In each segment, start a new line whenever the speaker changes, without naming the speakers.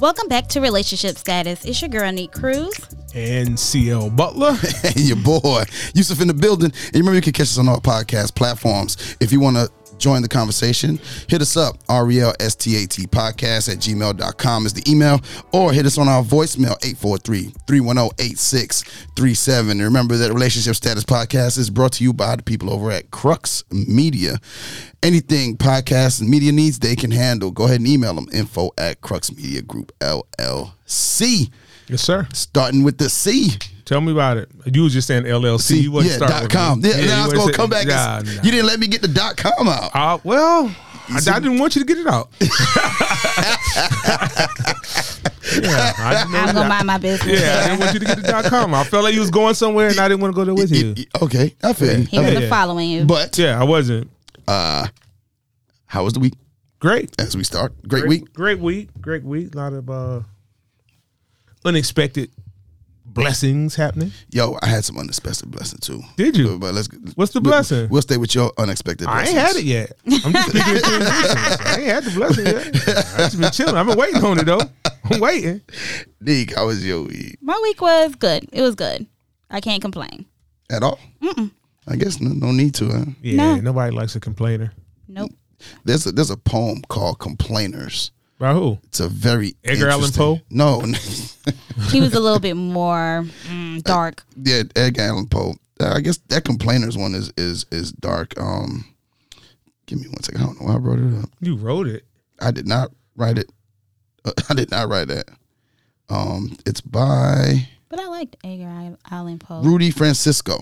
Welcome back to Relationship Status. It's your girl, Neat Cruz.
and CL Butler.
and your boy Yusuf in the building. And remember, you can catch us on all podcast platforms. If you want to join the conversation, hit us up, E R-E-L-S-T-A-T podcast at gmail.com is the email, or hit us on our voicemail, 843-310-8637. And remember that Relationship Status Podcast is brought to you by the people over at Crux Media. Anything podcast and media needs, they can handle. Go ahead and email them, info at Crux Media Group LLC.
Yes, sir.
Starting with the C.
Tell me about it. You was just saying LLC. you wasn't
yeah,
starting
dot
with
com.
me.
Yeah, then I was
you
gonna
wasn't
come back.
saying-
and s-
Nah, nah.
You didn't let me get the dot com out.
Uh, well, I, I didn't want you to get it out. yeah, I didn't know
I'm going to
that.
mind my business.
yeah, I didn't want you to get the dot com. I felt like you was going somewhere, and I didn't want to go there with
Y-
you.
y- okay, I feel you.
He
I
wasn't
feel you.
following you.
But
Yeah, I wasn't.
how was the week?
Great,
As we start, great,
great
week.
great week, great week. A lot of uh, unexpected blessings happening.
Yo, I had some unexpected blessing too.
Did you?
But let's.
What's the
we-
blessing?
We'll stay with your unexpected.
I ain't
blessings.
had it yet. I'm just speaking in transitions. I ain't had the blessing yet. I just been chilling. I've been waiting on it though. I'm waiting.
Nick, how was your week
My week was good. It was good. I can't complain.
at all? I guess no, no need to. Huh?
Yeah,
No.
nobody likes a complainer.
Nope.
There's a, there's a poem called "Complainers."
By who?
It's a very
Edgar Allan
interesting-
Poe?
No,
He was a little bit more mm, dark.
yeah, Edgar Allan Poe. Uh, I guess that complainers one is is is dark. Um, give me one second. I don't know why I brought it up.
You wrote it.
I did not write it. Uh, I did not write that. Um, it's by
But I liked Edgar Allan Poe.
Rudy Francisco.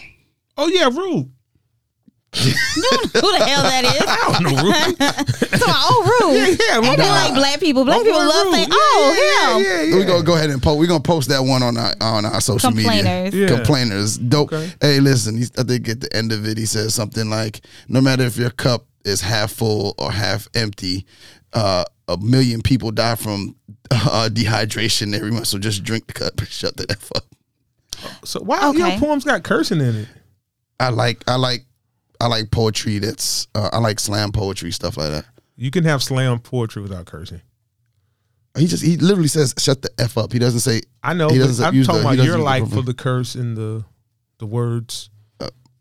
Oh yeah, Rube.
Who the hell that is?
I don't know Rube.
So, oh, Rude.
yeah, my
Ain't
boy-
it like black people? Black
my
people
boy
love
Rube.
saying,
Yeah,
oh, him.
yeah, yeah,
We're
yeah.
gonna go ahead and post. We're gonna post that one on our on our social media.
Complainers.
Yeah.
Complainers, dope.
Okay.
Hey, listen. He's, I think at the end of it, he says something like, "No matter if your cup is half full or half empty, uh, a million people die from uh, dehydration every month. So just drink the cup and shut the f up."
So wow,
Okay.
your poem's got cursing in it.
I like I like I like poetry. That's uh, I like slam poetry stuff like that.
You can have slam poetry without cursing.
He just he literally says shut the f up. He doesn't say
I know,
He
but
doesn't
I'm
use
talking
the- he
about your
doesn't-
life for the curse and the the words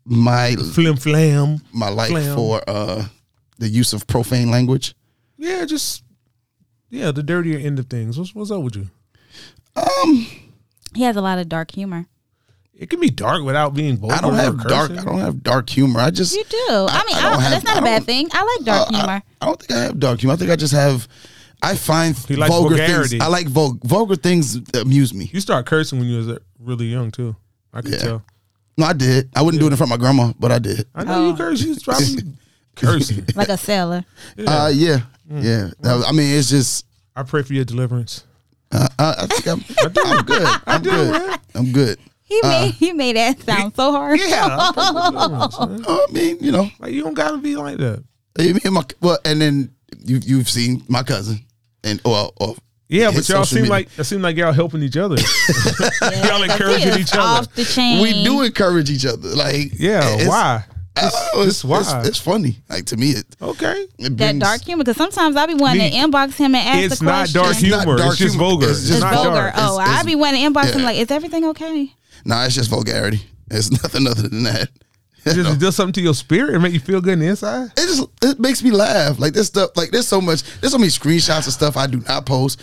my
flim flam.
my like
Flam.
for uh the use of profane language.
Yeah, just yeah, the dirtier end of things. What's what's up with you?
Um,
He has a lot of dark humor.
It can be dark without being vulgar.
I don't
or
have dark.
cursing.
I don't have dark humor. I just
You do. I, mean,
I
I
don't
don't-
have-
that's not
I
a bad
don't-
thing. I like dark
uh, I-
humor.
I, don't think I have dark humor. I think I just have. I find
He likes
vulgar
vulgarity.
things. I like vul- vulgar things amuse me.
You start cursing when you was uh, really young too. I could
Yeah.
tell.
No, I did. I wouldn't do it in front of my grandma, but I did.
I know
Oh.
you curse. You was probably cursing.
like a sailor.
Yeah. Uh, yeah,
Mm.
yeah. That was- I mean, it's just.
I pray for your deliverance.
Uh, I, I think I'm, I'm good. I'm good. I'm good.
He made he made that sound so hard.
I pray for your deliverance, man.
Uh, I mean, you know,
Like you don't gotta be like that.
I mean, my, well, and then you, you've seen my cousin, and well, well
Yeah, but
his
y'all
social
seem
media.
like it seem like y'all helping each other.
Yeah,
Y'all
because he
encouraging
is
each other.
Off the chain.
we do encourage each other. Like,
Yeah,
it's-
why?
I don't know, it's,
it's why.
It's, it's funny. Like to me, it,
Okay,
it brings
That dark humor, because sometimes I be wanting to
Me.
inbox him and ask
it's
the
not
question.
dark humor. It's,
not dark
just
humor.
vulgar.
It's
It's,
just
It's
not
vulgar.
dark.
Oh,
It's-
I
it's-
be wanting to inbox him
yeah.
like, is everything okay?
Nah, it's just vulgarity. It's nothing other than that.
It just does something to your spirit and make you feel good on the inside.
It just it makes me laugh. Like this stuff. Like there's so much. There's so many screenshots of stuff I do not post,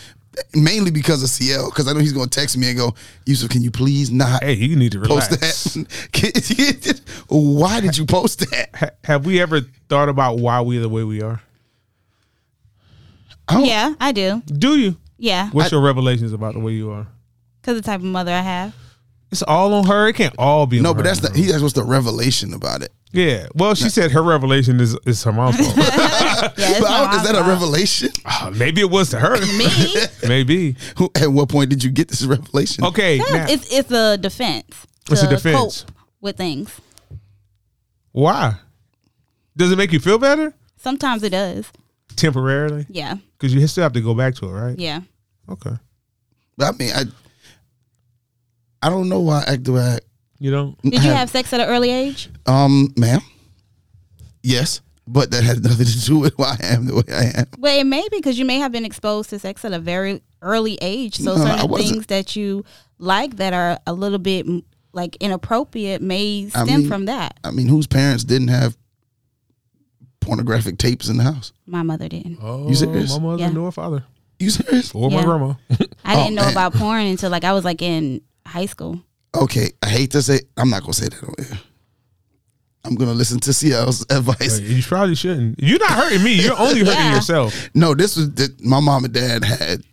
mainly because of CL. Because I know he's gonna text me and go, Yusuf, can you please not
Hey, you need to relax.
post that? Why did you post that?
Ha- have we ever thought about why we the way we are?
I don't-
Yeah, I do.
Do you?
Yeah,
What's your revelations about the way you are?
because the type of mother I have.
It's all on her. It can't all be.
No,
on
but
her.
that's the. He, that's what's the revelation about it.
Yeah. Well, she said her revelation is is her mom's fault.
Yeah, it's
But I
not
don't-
my
is that a
fault.
revelation?
Ah, Maybe it was to her.
Me?
Maybe.
Who- At what point did you get this revelation?
Okay. now,
Yes, it's it's a defense.
It's a
to
defense.
cope with things.
why? Does it make you feel better?
Sometimes it does.
temporarily?
Yeah.
Because you still have to go back to it, right?
Yeah.
Okay.
But I mean, I I don't know why I act the way I
You know,
Did you have sex at an early age?
Um, ma'am. Yes, but that has nothing to do with why I am the way I am.
Well, it may because you may have been exposed to sex at a very early age. So
No, I
certain
wasn't.
things that you like that are a little bit mm, like inappropriate may
I
stem
mean-
from that.
I mean, whose parents didn't have pornographic tapes in the house?
My mother didn't.
oh,
You serious?
my mother
Yeah.
nor father
You serious?
or my
Yeah.
grandma.
I
Oh,
didn't know
man.
about porn until like I was like in high school.
Okay, I hate to say. I'm not gonna say that on air. I'm gonna listen to CL's advice.
you probably shouldn't. You're not hurting me. You're only hurting
Yeah.
yourself.
No, this was that my mom and dad had.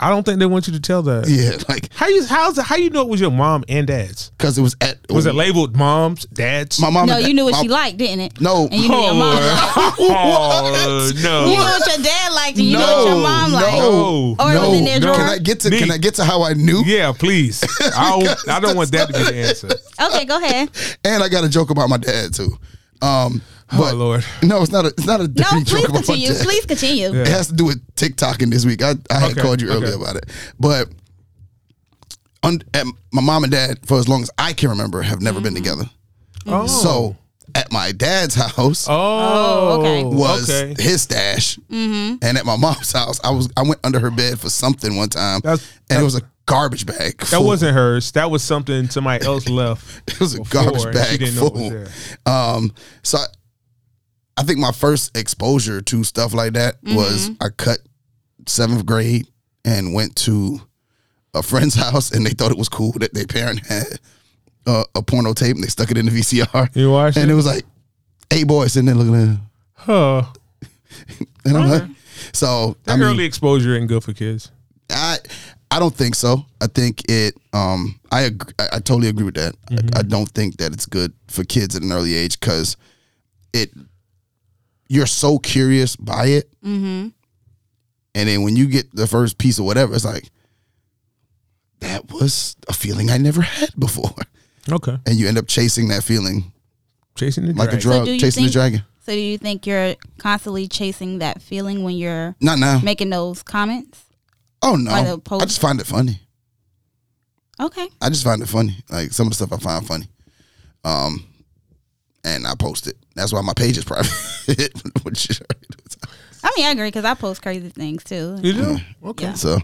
I don't think they want you to tell that.
Yeah, like
How you how's how you know it was your mom and dad's?
because it was at
Was it labeled moms, dads?
my mom?
no,
and dad-
you knew what
my-
she liked, didn't it?
No.
And you knew your mom.
oh
You knew
no.
what your dad liked, and you knew what your mom liked.
no,
Or it was in their
no.
drawer.
Can I get to? Can
Me.
I get to how I knew?
Yeah, please. I don't, I don't want that to be the answer.
Okay, go ahead.
And I got a joke about my dad too. Um,
Oh
but
Lord.
no, it's not a. It's not a.
No,
dirty
please
joke about my
continue.
dad.
Please continue.
Yeah.
It has to do with TikTok in this week. I, I had
Okay,
called you
okay.
earlier about it, but un, at my mom and dad, for as long as I can remember, have never
Mm-hmm.
been together.
Oh.
So at my dad's house
Oh,
Oh, okay.
was
okay.
his stash,
Mm-hmm.
and at my mom's house, I was I went under her bed for something one time,
That's-
and it was a garbage bag.
That wasn't hers. That was something somebody else left.
It was a
before,
garbage
and she
bag
didn't know it was
full.
there.
Um, so I, I think my first exposure to stuff like that was I cut seventh grade and went to a friend's house, and they thought it was cool that their parent had uh, a porno tape, and they stuck it in the VCR,
You watched
and
it?
it was like eight boys sitting there looking at, it.
Huh.
and I'm like, so
That
I mean,
early exposure ain't good for kids.
I I don't think so. I think it. Um, I agree, I, I totally agree with that.
Mm-hmm.
I, I don't think that it's good for kids at an early age because it you're so curious by it, mm-hmm. and then when you get the first piece of whatever, it's like that was a feeling I never had before,
Okay.
and you end up chasing that feeling
Chasing the
like a
dragon.
drug,
do you
chasing the
think-
dragon.
So, do you think you're constantly chasing that feeling when you're
Not now.
making those comments?
oh
Or the
no,
pose-
I just find it funny.
Okay.
I just find it funny. Like some of the stuff I find funny. Um and I post it. That's why my page is private. Which-
I mean, I agree because I post crazy things too.
You do?
Mm-hmm.
Okay.
Yeah.
so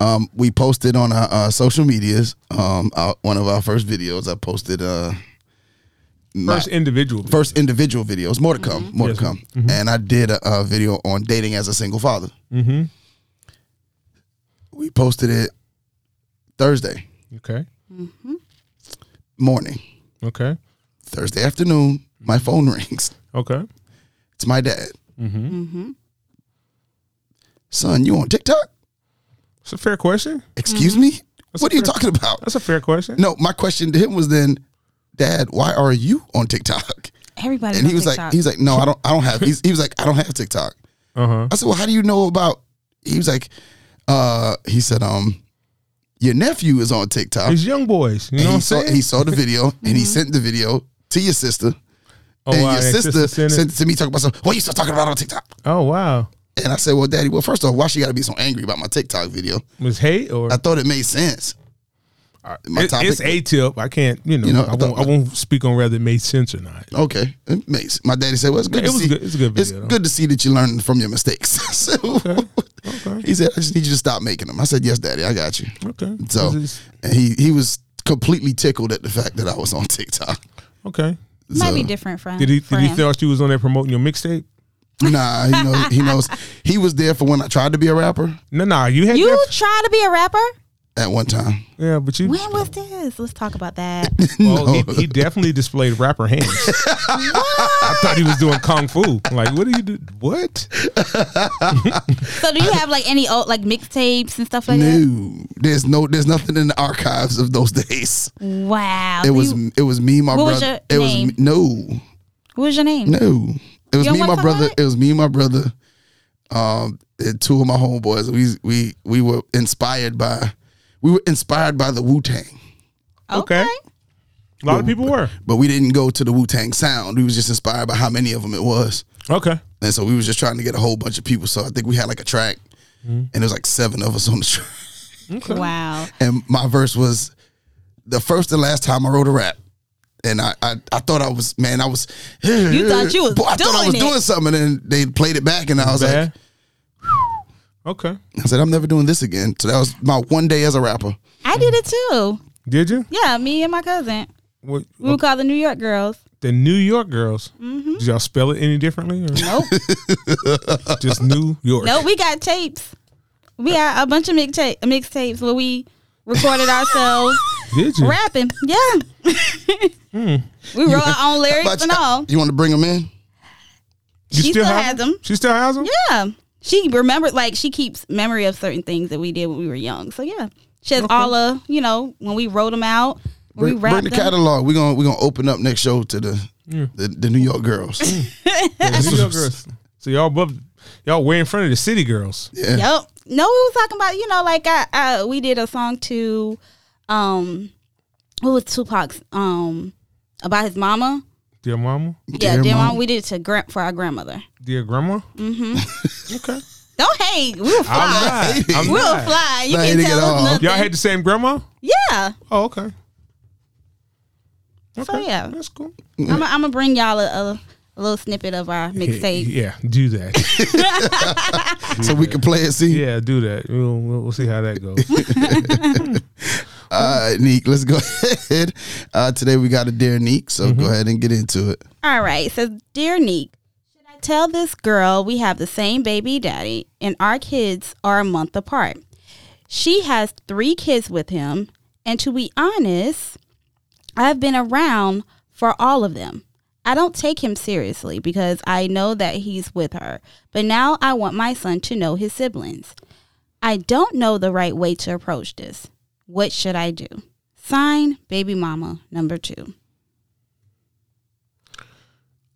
um we posted on our uh, social medias um our, one of our first videos I posted uh my
First individual.
first individual videos more to come
Mm-hmm.
more
Yes,
to come and I did a, a video on dating as a single father.
Mm-hmm.
We posted it Thursday
Okay.
morning.
Okay.
Thursday afternoon, my phone rings.
Okay.
It's my dad.
Mm-hmm.
Son, you on TikTok?
It's a fair question.
Excuse me?
That's
what
a
are you
fair-
talking about?
That's a fair question.
No, my question to him was then, Dad, why are you on TikTok?
Everybody.
And he was like, he was like, no, I don't, I don't have. He's, he was like, I don't have TikTok.
Uh huh.
I said, well, how do you know about? He was like, uh, he said, um, your nephew is on TikTok.
It's young boys. You know
and
what
he
I'm
saw,
saying?
he saw the video and he sent the video to your sister.
oh,
and
wow,
your
and
sister
sent it?
sent it to me talking about something. What you still talking about on TikTok?
Oh wow.
And I said, well, Daddy, well, first off, why she got to be so angry about my TikTok video?
Was hate or
I thought it made sense. my
It-
topic-
it's a tip. I can't. You know.
You know, I
I, won't.
thought-
I won't speak on whether it made sense or not.
Okay, it makes. My daddy said, "Well, it's good.
It
to
was
see,
good- it's a good video, though.
good to see that you learned from your mistakes." so
Okay.
he said, "I just need you to stop making them." I said, "Yes, daddy, I got you."
Okay.
So
This is-
and he he was completely tickled at the fact that I was on TikTok.
okay.
might
so-
be different from.
Did he?
for
Did he
him.
thought you was on there promoting your mixtape?
Nah, he knows. He knows. He was there for when I tried to be a rapper
No, no. You had.
you
that-
try to be a rapper?
at one time.
yeah, but you.
When was this? Let's talk about that.
Well, he, he definitely displayed rapper hands. I thought he was doing kung fu. Like, what do you do? What?
so, do you have like any old like mixtapes and stuff like that?
No, there's no, there's nothing in the archives of those days.
Wow.
It
So
was,
you-
it was me, my
What
brother.
was
it
your
was
name?
me- no,
what was your name?
No, it
You don't
was me
wanna
and my
talk about
brother.
it?
It was me and my brother, um, and two of my homeboys. We we we were inspired by, we were inspired by the Wu Tang,
Okay. A lot of people were.
but we didn't go to the Wu Tang sound. We was just inspired by how many of them it was.
Okay.
And so we was just trying to get a whole bunch of people. So I think we had like a track, and it was like seven of us on the track.
Wow.
And my verse was the first and last time I wrote a rap. And I, I, I thought I was man I was you
thought you was
I thought I
doing
was
it.
doing something and then they played it back and I was like
Bad. Okay.
I said I'm never doing this again so that was my one day as a rapper
I did it too.
Did you?
Yeah, me and my cousin.
What,
We would call the New York girls.
the New York girls.
Mm-hmm.
Did y'all spell it any differently? Or
Nope.
just New York.
nope. We got tapes. We got a bunch of mixta- mixtapes where we recorded ourselves
Did you?
rapping. Yeah. We wrote our own lyrics and all.
you want to bring them in
You
she still has them.
She still has them.
Yeah. She remembered like she keeps memory of certain things that we did when we were young. So yeah. She has all of, you know, when we wrote them out, when
bring,
we
bring
rapped
the
them.
catalog we're gonna we're gonna open up next show to the the, the New York girls
The New York girls. So y'all above, y'all way in front of the city girls.
yeah
Yep. No, we was talking about you know like I, I we did a song to, um, what was Tupac's um about his mama.
Dear mama,
Yeah,
Dear
dear mom.
Mom.
we did it to gra- for our grandmother.
dear grandma. Mm-hmm. okay.
Don't hate. We were fly.
I'm not. I'm
We were
not.
fly. You
Not
can
hating
tell
at all.
us nothing.
Y'all had the same grandma.
yeah.
Oh, okay. Okay.
yeah.
That's cool.
I'm gonna bring y'all a, a, a little snippet of our mixtape.
Yeah, do that.
so we can play it see
yeah, do that. We'll, we'll, we'll see how that goes.
all right Neek let's go ahead uh, today we got a dear Neek so go ahead and get into it
All right. So, dear Neek, should I tell this girl we have the same baby daddy and our kids are a month apart? She has three kids with him. And to be honest, I've been around for all of them. I don't take him seriously because I know that he's with her. But now I want my son to know his siblings. I don't know the right way to approach this. What should I do? Sign, baby mama, number two.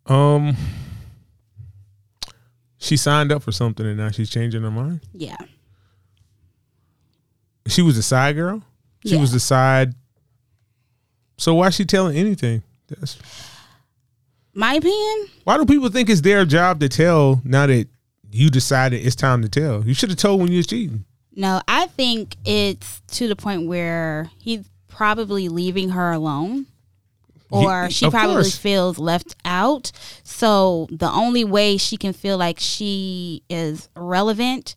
Um, she signed up for something and now she's changing her mind.
Yeah.
She was a side girl. She
Yeah.
was the side. So why she telling anything? That's,
My opinion,
why do people think it's their job to tell now that you decided it's time to tell? You should have told when you was cheating.
No, I think it's to the point where he's probably leaving her alone or
He-
she
of
probably
course.
feels left out. So the only way she can feel like she is relevant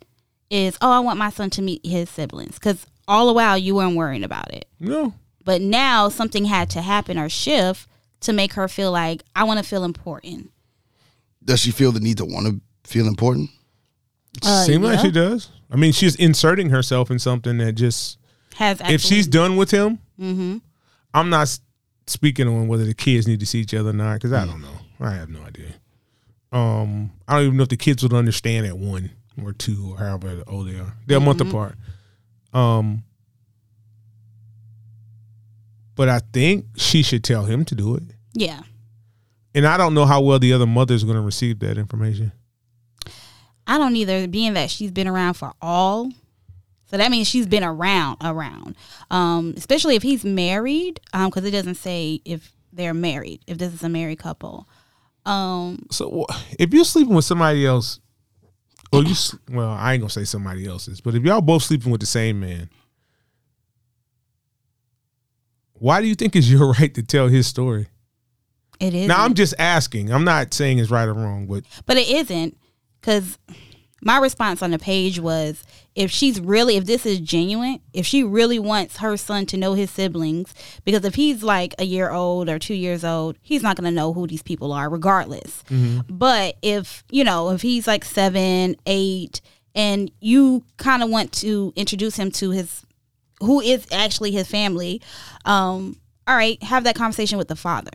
is, oh, I want my son to meet his siblings. Because all the while you weren't worrying about it.
No.
But now something had to happen or shift to make her feel like, I want to feel important.
does she feel the need to want to feel important
Uh,
Seems like
yeah.
she does. I mean, she's inserting herself in something that just
Has mm-hmm.
if she's
absolute-
done with him, I'm not s- speaking on whether the kids need to see each other or not because I don't know. I have no idea. Um, I don't even know if the kids would understand at one or two or however old they are. They're a month apart. Um, but I think she should tell him to do it,
yeah.
and I don't know how well the other mother is going to receive that information.
I don't either, being that she's been around for all. So that means she's been around, around. Um, especially if he's married, because it doesn't say if they're married, if this is a married couple. Um,
So wh- if you're sleeping with somebody else, or you s- well, I ain't gonna say somebody else's, but if y'all both sleeping with the same man, why do you think it's your right to tell his story?
it is.
Now I'm just asking. I'm not saying it's right or wrong, but
But it isn't, because my response on the page was if she's really, if this is genuine, if she really wants her son to know his siblings, because if he's like a year old or two years old, he's not going to know who these people are, regardless. But if, you know, if he's like seven, eight, and you kind of want to introduce him to his, who is actually his family, um, all right, have that conversation with the father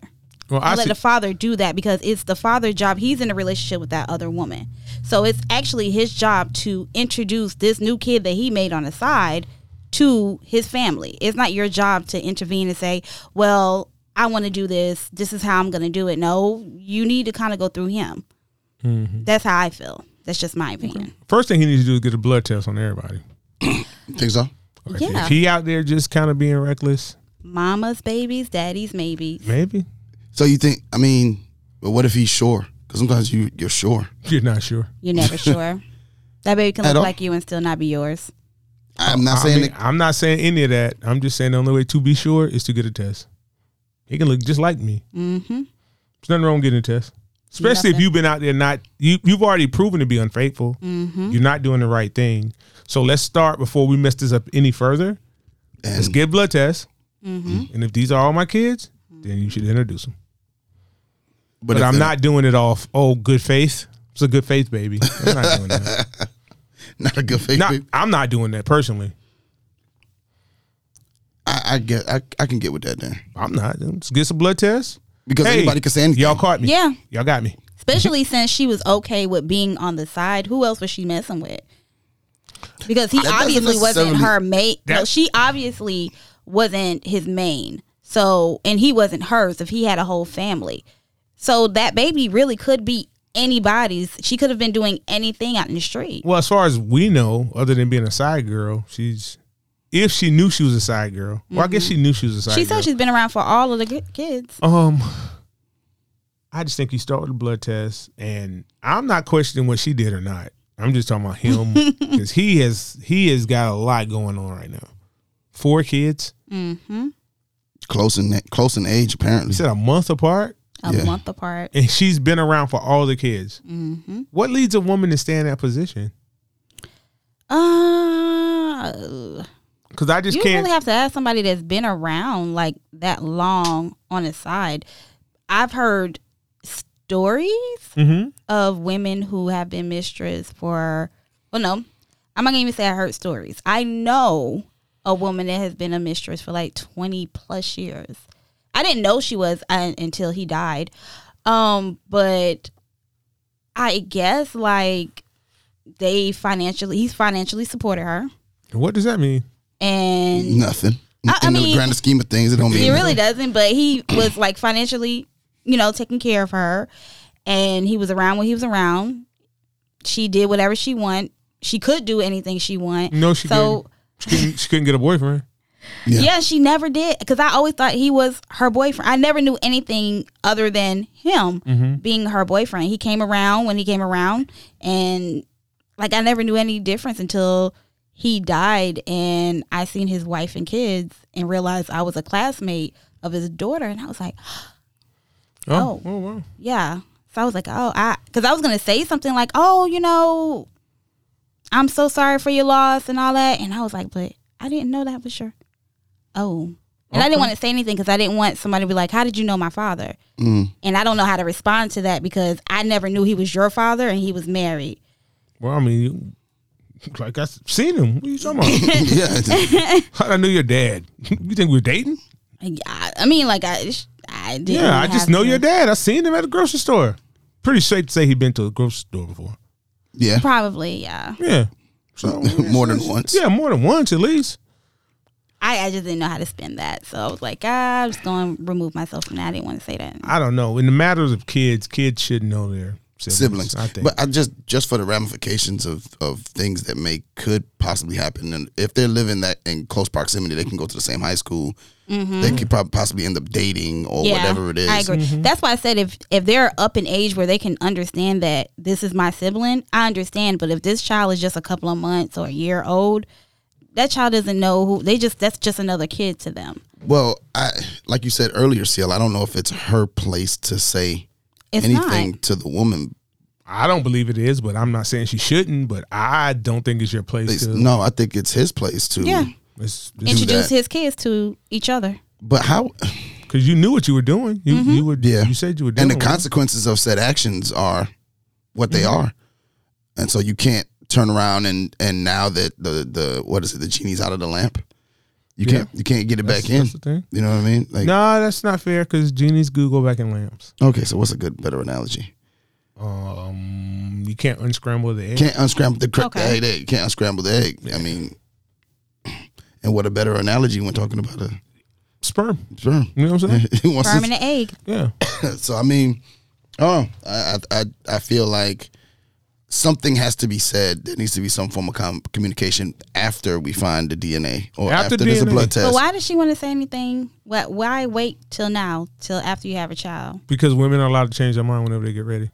well, I
and let
see,
the father do that because it's the father's job. He's in a relationship with that other woman. So it's actually his job to introduce this new kid that he made on the side to his family. It's not your job to intervene and say, well, I want to do this. This is how I'm going to do it. No, you need to kind of go through him.
Mm-hmm.
That's how I feel. That's just my opinion.
first thing he needs to do is get a blood test on everybody.
think so
Or if-
Yeah.
If he out there just kind of being reckless,
Mama's babies, daddy's maybe.
maybe
so you think I mean but what if he's sure Because sometimes you you're sure.
You're not sure.
You're never sure. That baby can
At
look
all.
like you and still not be yours.
I'm not
I
saying
mean,
that.
I'm not saying any of that. I'm just saying the only way to be sure is to get a test. He can look just like me.
Mm-hmm.
There's nothing wrong with getting a test. Especially if
Nothing.
you've been out there not you you've already proven to be unfaithful.
Mm-hmm.
You're not doing the right thing. So let's start before we mess this up any further. Let's
And
get blood tests.
Mm-hmm.
And if these are all my kids, then you should introduce them. But,
if
I'm
the-
not doing it off, oh, good faith. It's a good faith, baby. I'm not doing that.
not a good faith.
Not,
baby.
I'm not doing that personally.
I, I get. I, I can get with that then
I'm not. Let's get some blood tests.
because
Hey,
anybody can say anything.
Y'all caught me.
Yeah.
Y'all got me.
Especially since she was okay with being on the side. Who else was she messing with? Because he
That doesn't
obviously wasn't
necessarily-
her mate. No,
That-
she obviously wasn't his main. So, and he wasn't hers if he had a whole family. So that baby really could be anybody's. She could have been doing anything out in the street.
Well, as far as we know, other than being a side girl, she's if she knew she was a side girl. Well, I guess she knew she was a side
She
girl.
said she's been around for all of the ki- kids.
um I just think you start with a blood test and I'm not questioning what she did or not. I'm just talking about him because he has he has got a lot going on right now. Four kids.
Mm-hmm.
Close in close in age apparently.
He said a month apart,
A
Yeah.
month apart.
and she's been around for all the kids.
Mm-hmm.
What leads a woman to stay in that position?
Uh,
Because I just
you
can't.
really have to ask somebody that's been around like that long on the side. I've heard stories
mm-hmm.
of women who have been mistress for, well, no, I'm not gonna even say I heard stories. I know a woman that has been a mistress for like 20 plus years. I didn't know she was uh, until he died. Um, but I guess like they financially, he's financially supported her.
What does that mean?
And
Nothing.
I- I
in the
mean-
grand scheme of things, it don't mean
He really doesn't, but he was like financially, you know, taking care of her, and he was around when he was around. She did whatever she want. She could do anything Mm, she want.
No, she
so
couldn't. She couldn't, she couldn't get a boyfriend.
Yeah.
yeah. she never did because I always thought he was her boyfriend. I never knew anything other than him being her boyfriend. He came around when he came around, and like I never knew any difference until he died, and I seen his wife and kids, and realized I was a classmate of his daughter, and I was like. Oh.
Oh, oh wow.
Yeah. So I was like, oh, I, because I was going to say something like, oh, you know, I'm so sorry for your loss and all that. And I was like, but I didn't know that for sure. Oh. And I didn't want to say anything because I didn't want somebody to be like, how did you know my father?
Mm.
And I don't know how to respond to that because I never knew he was your father and he was married.
Well, I mean, you, like I s- seen him. What are you talking about?
yeah. it's-
How'd I know your dad? you think we're dating?
And I, I mean, like, I, I didn't.
yeah, I just
have
know
to-
your dad. I seen him at a grocery store. Pretty safe to say he'd been to a grocery store before.
Yeah.
Probably, yeah.
Yeah. So
More than once.
Yeah, more than once at least.
I, I just didn't know how to spin that. So I was like, ah, I'm just going to remove myself from that. I didn't want to say that.
I don't know. In the matters of kids, kids should know their siblings.
Siblings,
I think.
but I just just for the ramifications of of things that may could possibly happen, and if they're living that in close proximity, they can go to the same high school. They could probably possibly end up dating or whatever it is.
Mm-hmm. I agree. That's why I said if if they're up in age where they can understand that this is my sibling, I understand. But if this child is just a couple of months or a year old, that child doesn't know who they just that's just another kid to them.
Well, I like you said earlier, Seal. I don't know if it's her place to say
It's
anything to the woman.
I don't believe it is, but I'm not saying she shouldn't, but I don't think it's your place
It's-
to
No, I think it's his place to.
not. Yeah.
it's,
Introduce
that.
his kids to each other.
But how?
because you knew what you were doing. You
Mm-hmm.
you were
Yeah.
you said you were doing
And the
it.
consequences of said actions are what they
Mm-hmm.
are, and so you can't turn around and and now that the the what is it the genie's out of the lamp, you
Yeah.
can't you can't get it
That's-
back in.
that's the thing.
You know what I mean? Like
Nah, that's not fair because genies do go back in lamps.
okay, so what's a good better analogy?
Um, you can't unscramble the egg.
Can't unscramble the, cr-
Okay.
the egg. You can't unscramble the egg. I mean, and what a better analogy when talking about a
sperm.
sperm.
You know what I'm saying?
Once
Sperm
it's-
and an egg.
Yeah.
so I mean, oh, I, I I I feel like something has to be said. There needs to be some form of com- communication after we find the DNA or after,
After
there's a
DNA.
blood
But
test.
why does she want to say anything? What why wait till now, till after you have a child?
Because women are allowed to change their mind whenever they get ready.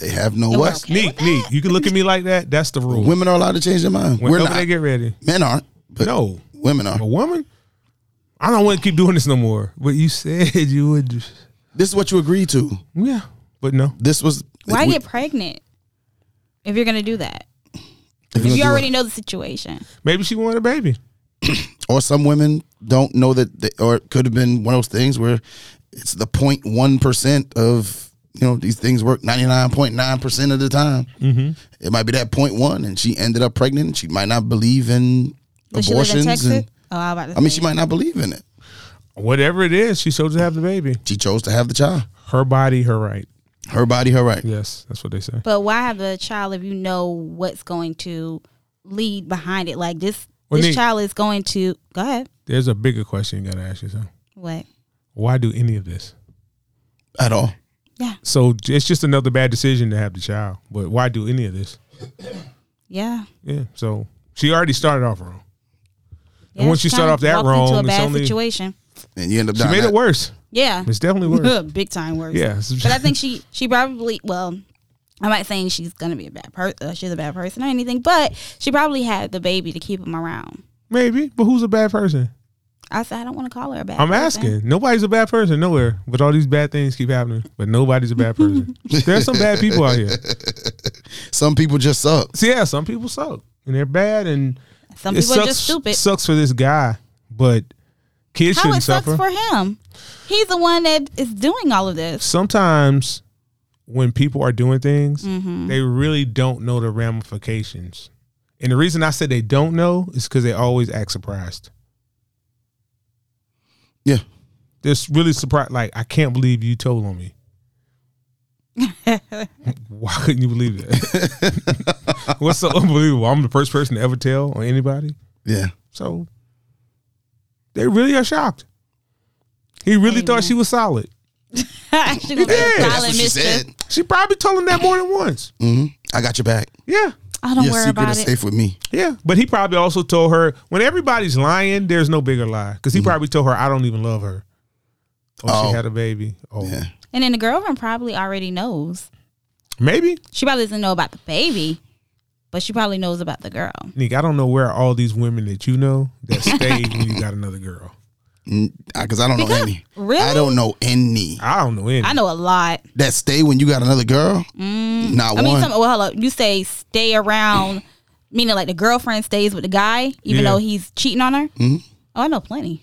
They have no
And we're
what?
Oh, okay.
Neek, Neek, you can look at me like that. That's the rule.
Women are allowed to change their mind. We're
Whenever
not.
they get ready.
Men aren't. But
No.
Women are.
A woman? I don't want to keep doing this no more. But you said you would.
This is what you agreed to.
Yeah. But no.
This was.
Why
we-
get pregnant if you're gonna do that?
if
If
you
you
do
already know the situation.
Maybe she wanted a baby.
it- or some women don't know that, they, or it could have been one of those things where it's the 0.1% of, you know, these things work 99.9% of the time. Mm-hmm. It might be that 0.1, and she ended up pregnant, and she might not believe in
Does she live in
abortions.
Texas?
and,
oh, I, was about to
I mean,
say.
she might not believe in it.
Whatever it is, she chose to have the baby.
She chose to have the child.
Her body, her right.
Her body, her right.
Yes, that's what they say.
But why have a child if you know what's going to lead behind it? Like this,
Well,
this
Nick-
child is going to go ahead.
There's a bigger question you got to ask yourself.
What?
Why do any of this?
At all.
Yeah,
So it's just another bad decision to have the child. But why do any of this?
yeah.
Yeah. So she already started off wrong.
yeah,
once
she
you start
kinda
off that
walked into
wrong,
a
it's
bad
only-
situation.
And you end up
She
dying.
made it worse.
Yeah,
It's definitely worse.
big time worse.
yeah.
but I think she she probably well. I'm not saying she's gonna be a bad person. Uh, she's a bad person or anything, but she probably had the baby to keep him around.
Maybe, but who's a bad person?
I said I don't want to call her a bad.
I'm
person.
asking. Nobody's a bad person nowhere, but all these bad things keep happening. But nobody's a bad person. There's some bad people out here.
Some people just suck.
So yeah, some people suck and they're bad, and
Some
it
people
sucks,
are just stupid.
Sucks for this guy, but kids
How it
shouldn't
sucks
suffer.
for him. He's the one that is doing all of this.
Sometimes when people are doing things, they really don't know the ramifications. And the reason I said they don't know is because they always act surprised.
Yeah.
They're really surprised. Like I can't believe you told on me. Why couldn't you believe that? What's so unbelievable? I'm the first person to ever tell on anybody.
Yeah.
So they really are shocked. He really thought she was solid.
she was
did.
a
That's
solid mistress.
She probably told him that more than once.
hmm I got your back.
Yeah.
I don't
your
worry
secret
about
is
it.
safe with me.
Yeah. But he probably also told her when everybody's lying, there's no bigger lie. Because he probably told her, I don't even love her. Oh,
Mm-hmm. Oh.
she had a baby. Oh.
Yeah.
And then the girlfriend probably already knows.
Maybe.
She probably doesn't know about the baby, but she probably knows about the girl.
Nick, I don't know where all these women that you know that stay when you got another girl.
Because I don't know
Because-
any.
really?
I don't know any
I don't know any.
I know a lot.
that stay when you got another girl. Not
Mm. I mean,
one.
some, well, hello. You say stay around, meaning like the girlfriend stays with the guy, even
Yeah. Hmm?
though he's cheating on her.
Mhm.
Oh, I know plenty.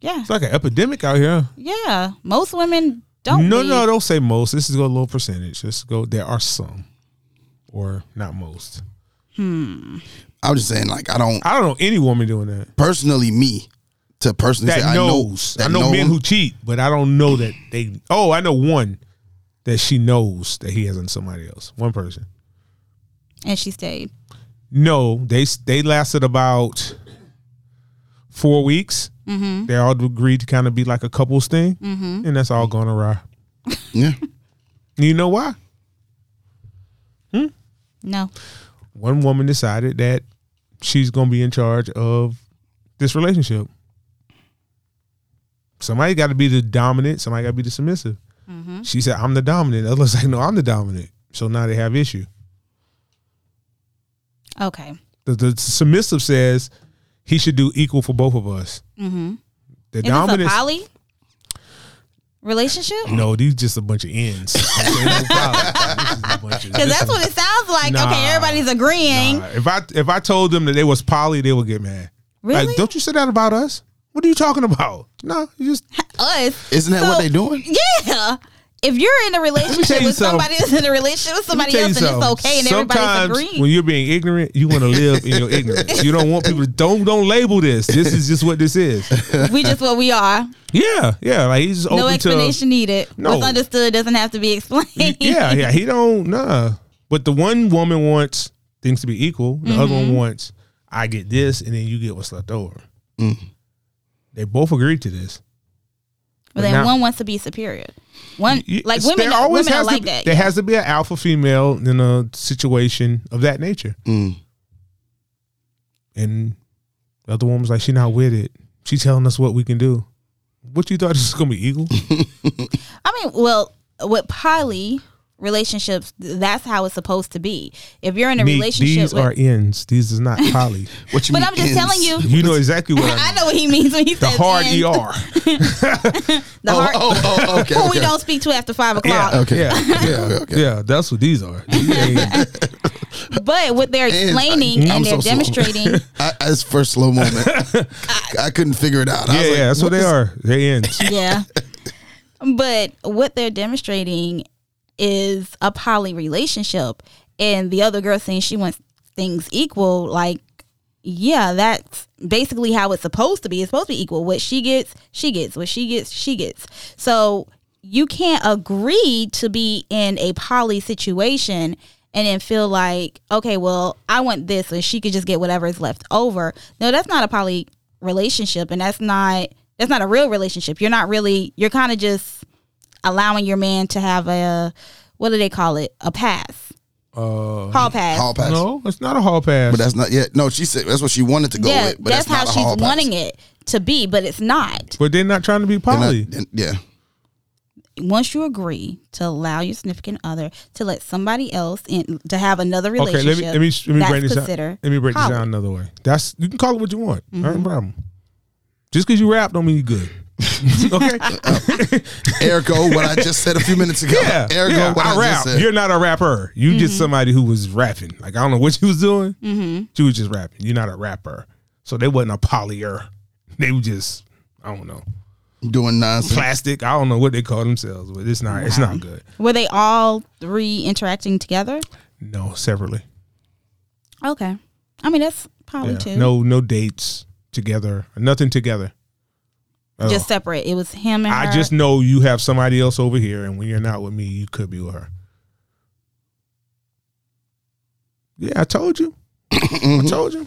Yeah,
It's like an epidemic out here.
yeah. Most women don't.
no,
leave.
no, don't say most. This is a low percentage. Let's go. There are some, or not most.
I'm just saying, like, I don't
I don't know any woman doing that
personally me to personally
that
say
knows.
I know.
I
that
know, men
them.
who cheat, but I don't know that they. Oh, I know one that she knows that he has on somebody else. One person.
And she stayed.
No, they they lasted about four weeks. Mm-hmm. They all agreed to kind of be like a couples thing, mm-hmm. and that's all gone awry.
Yeah.
You know why?
No.
one woman decided that she's going to be in charge of this relationship. Somebody got to be the dominant. Somebody got to be the submissive.
Mm-hmm.
She said, "I'm the dominant." The other's like, "No, I'm the dominant." So now they have issue.
Okay.
The, the submissive says he should do equal for both of us.
Mm-hmm.
The
Is this a
dominant,
poly relationship?
no, these just a bunch of ends. Because
Because that's what it sounds like. Okay,
Nah.
everybody's agreeing.
If I if I told them that they was poly, they would get mad.
Really?
Like, don't you say that about us? What are you talking about? No, you just
Us.
Isn't that what
So-
they doing?
Yeah. If you're in a
tell
relationship
you
with somebody that's in a relationship with
Let
somebody
me tell you
else and it's
something.
okay and
Sometimes
everybody's agreeing.
When you're being ignorant, you want to live in your ignorance. You don't want people to don't don't label this. This is just what this is.
we just what we are.
Yeah, yeah. Like he's just
No
open
explanation needed.
No.
What's understood doesn't have to be explained.
to. Yeah, yeah. He don't nah. But the one woman wants things to be equal. The other
Mm-hmm.
one wants I get this and then you get what's left over.
Mm.
They both agreed to this.
But then
Now-
one wants to be superior. One
Y-
like
there
women don't, women don't
has to
like
be-
that.
There has to be an alpha female in a situation of that nature.
Mm.
And the other woman's like, she not with it. She telling us what we can do. What you thought this was gonna be equal?
I mean, well, with poly relationships, th- that's how it's supposed to be. If you're in a
Neek,
relationship
these
with
are ends. These is not poly.
What you
But
mean
I'm just telling you.
you know exactly what I
I
mean.
know what he means when he
The
says
hard
ends.
ER.
The
Oh,
hard
oh, oh, okay.
who
okay.
we don't speak to after five o'clock.
Yeah.
Okay.
Yeah.
Okay,
Yeah.
okay, okay.
Yeah. That's what these are. These ain't-
But what they're
I-
explaining
uh, I'm
and they're
so slow.
demonstrating,
I, I, it's first slow moment. I couldn't figure it out. I
yeah.
was like,
yeah. That's what they are. They ends.
yeah. But what they're demonstrating is a poly relationship, and the other girl saying she wants things equal. Like, yeah, that's basically how it's supposed to be. It's supposed to be equal. What she gets, she gets. What she gets, she gets. So you can't agree to be in a poly situation and then feel like, okay, well, I want this, and she could just get whatever is left over. No, that's not a poly relationship, and that's not that's not a real relationship. You're not really. You're kind of just allowing your man to have a what do they call it? A pass,
Uh,
hall pass.
Hall pass.
no, it's not a hall pass.
But that's not yet. No, she said that's what she wanted to go
yeah,
with. But
that's,
that's,
how
not
she's
a hall pass.
wanting it to be, but it's not.
But they're not trying to be
They're not-
poly.
then- yeah.
Once you agree to allow your significant other to let somebody else in to have another
Okay,
relationship,
let me let me let me
that's
break this
consider
down. Let me break this
poly.
down another way. That's you can call it what you want. Not
Mm-hmm.
a problem. Just because you rap don't mean you good. okay.
Oh. Ergo, what I just said a few minutes ago.
Yeah.
Ergo,
yeah,
what I,
I,
just
rap.
said.
You're not a rapper. You just
Mm-hmm.
somebody who was rapping. Like I don't know what you was doing. Mm-hmm. She was just rapping. You're not a rapper. So they wasn't a polyer. They were just I don't know
Doing nonsense.
plastic. I don't know what they call themselves, but it's not. It's not good.
Were they all three interacting together?
No, separately.
Okay, I mean that's probably
Yeah.
two.
No, no dates together. Nothing together. At all.
just separate. It was him and
I
her.
just know you have somebody else over here, and when you're not with me, you could be with her. Yeah, I told you.
Mm-hmm.
I told you.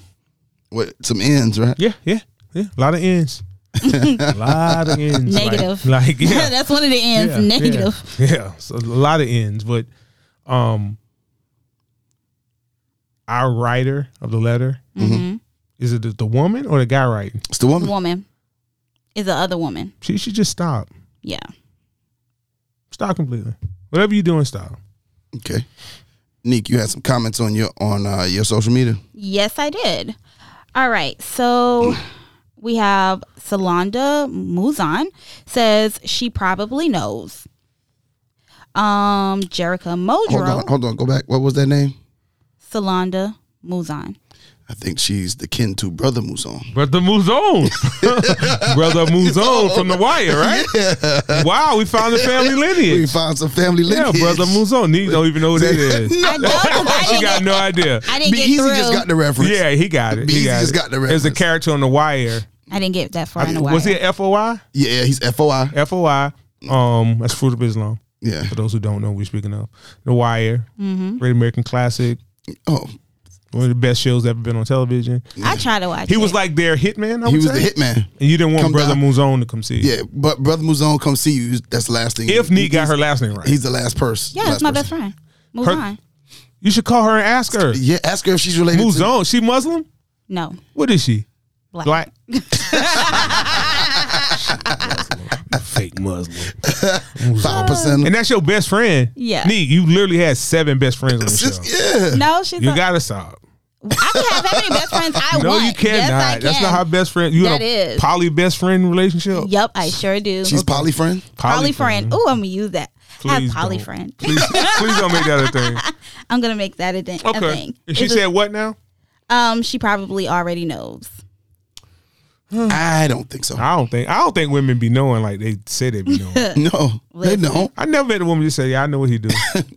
With some ends, right?
Yeah, yeah, yeah. A lot of ends. a lot of ends. Like-
Negative.
Like, yeah.
that's one of the ends.
yeah,
negative.
Yeah, yeah. So a lot of ends, but um, our writer of the letter
Mm-hmm.
Mhm.
is it the, the woman or the guy writing?
It's the woman.
Woman is the other woman.
She should just stop.
Yeah.
Stop completely. Whatever you're doing, stop.
Okay. Neek, you had some comments on your on uh, your social media.
Yes, I did. All right. So we have Salonda Muzan says she probably knows. Um, Jerica
Hold on,
Modro,
hold on, go back. What was that name?
Salonda Muzan.
I think she's the kin to brother Muzon.
Brother moves on. Brother moves on from the wire, right? Wow, we found the family
We
lineage.
found some family
Yeah,
lineage.
brother moves on. He don't even know what that is.
I know. 'cause I
She
didn't,
got
get,
no idea.
I didn't
Be
get
easy
through.
just got the reference.
Yeah, he got it. He
Beezy
got
just
it.
got the
There's a
reference.
character on the wire.
I didn't get that far in the
Was
wire.
he a FOI?
yeah, he's FOI.
FOI. Um, that's Fruit of Islam.
Yeah.
For those who don't know, we're speaking of The Wire,
Mm-hmm.
Great American Classic,
Oh,
one of the best shows ever been on television.
I tried to watch.
He was
it.
like their hitman. I
he
would
was
say.
the hitman.
and you didn't want
Come
Brother
down.
Muzon to come see. you.
Yeah, but brother Muzon come see you. That's the last thing.
If
he,
Neat got her last name right,
he's the last person.
"Yeah, it's
last
my
person.
best friend." Move
Her-
on.
you should call her and ask her.
Yeah, ask her if she's related. to
Muzon, she Muslim?
No,
What is she?
black.
Black. Fake Muslim.
Five percent.
And that's your best friend.
Yeah.
Nee, you literally had seven best friends on the show.
Yeah.
No, she's.
You
Not,
gotta stop.
I can have as many best friends I
No,
want.
you cannot.
Yes, I can.
That's not how best friend. You
That
in a
is.
poly best friend relationship.
Yep, I sure do.
She's poly friend.
Poly friend. Ooh, I'm gonna use that. I have
Please
poly
don't.
friend.
Please, please don't make that a thing.
I'm gonna make that a, thing. a
Okay.
thing.
And she
It's a-
said what now?
um, she probably already knows. Hmm.
I don't think so.
I don't think I don't think women be knowing like they say they be knowing.
No, they
Listen.
don't.
I never met a woman just say, Yeah, I know what he do.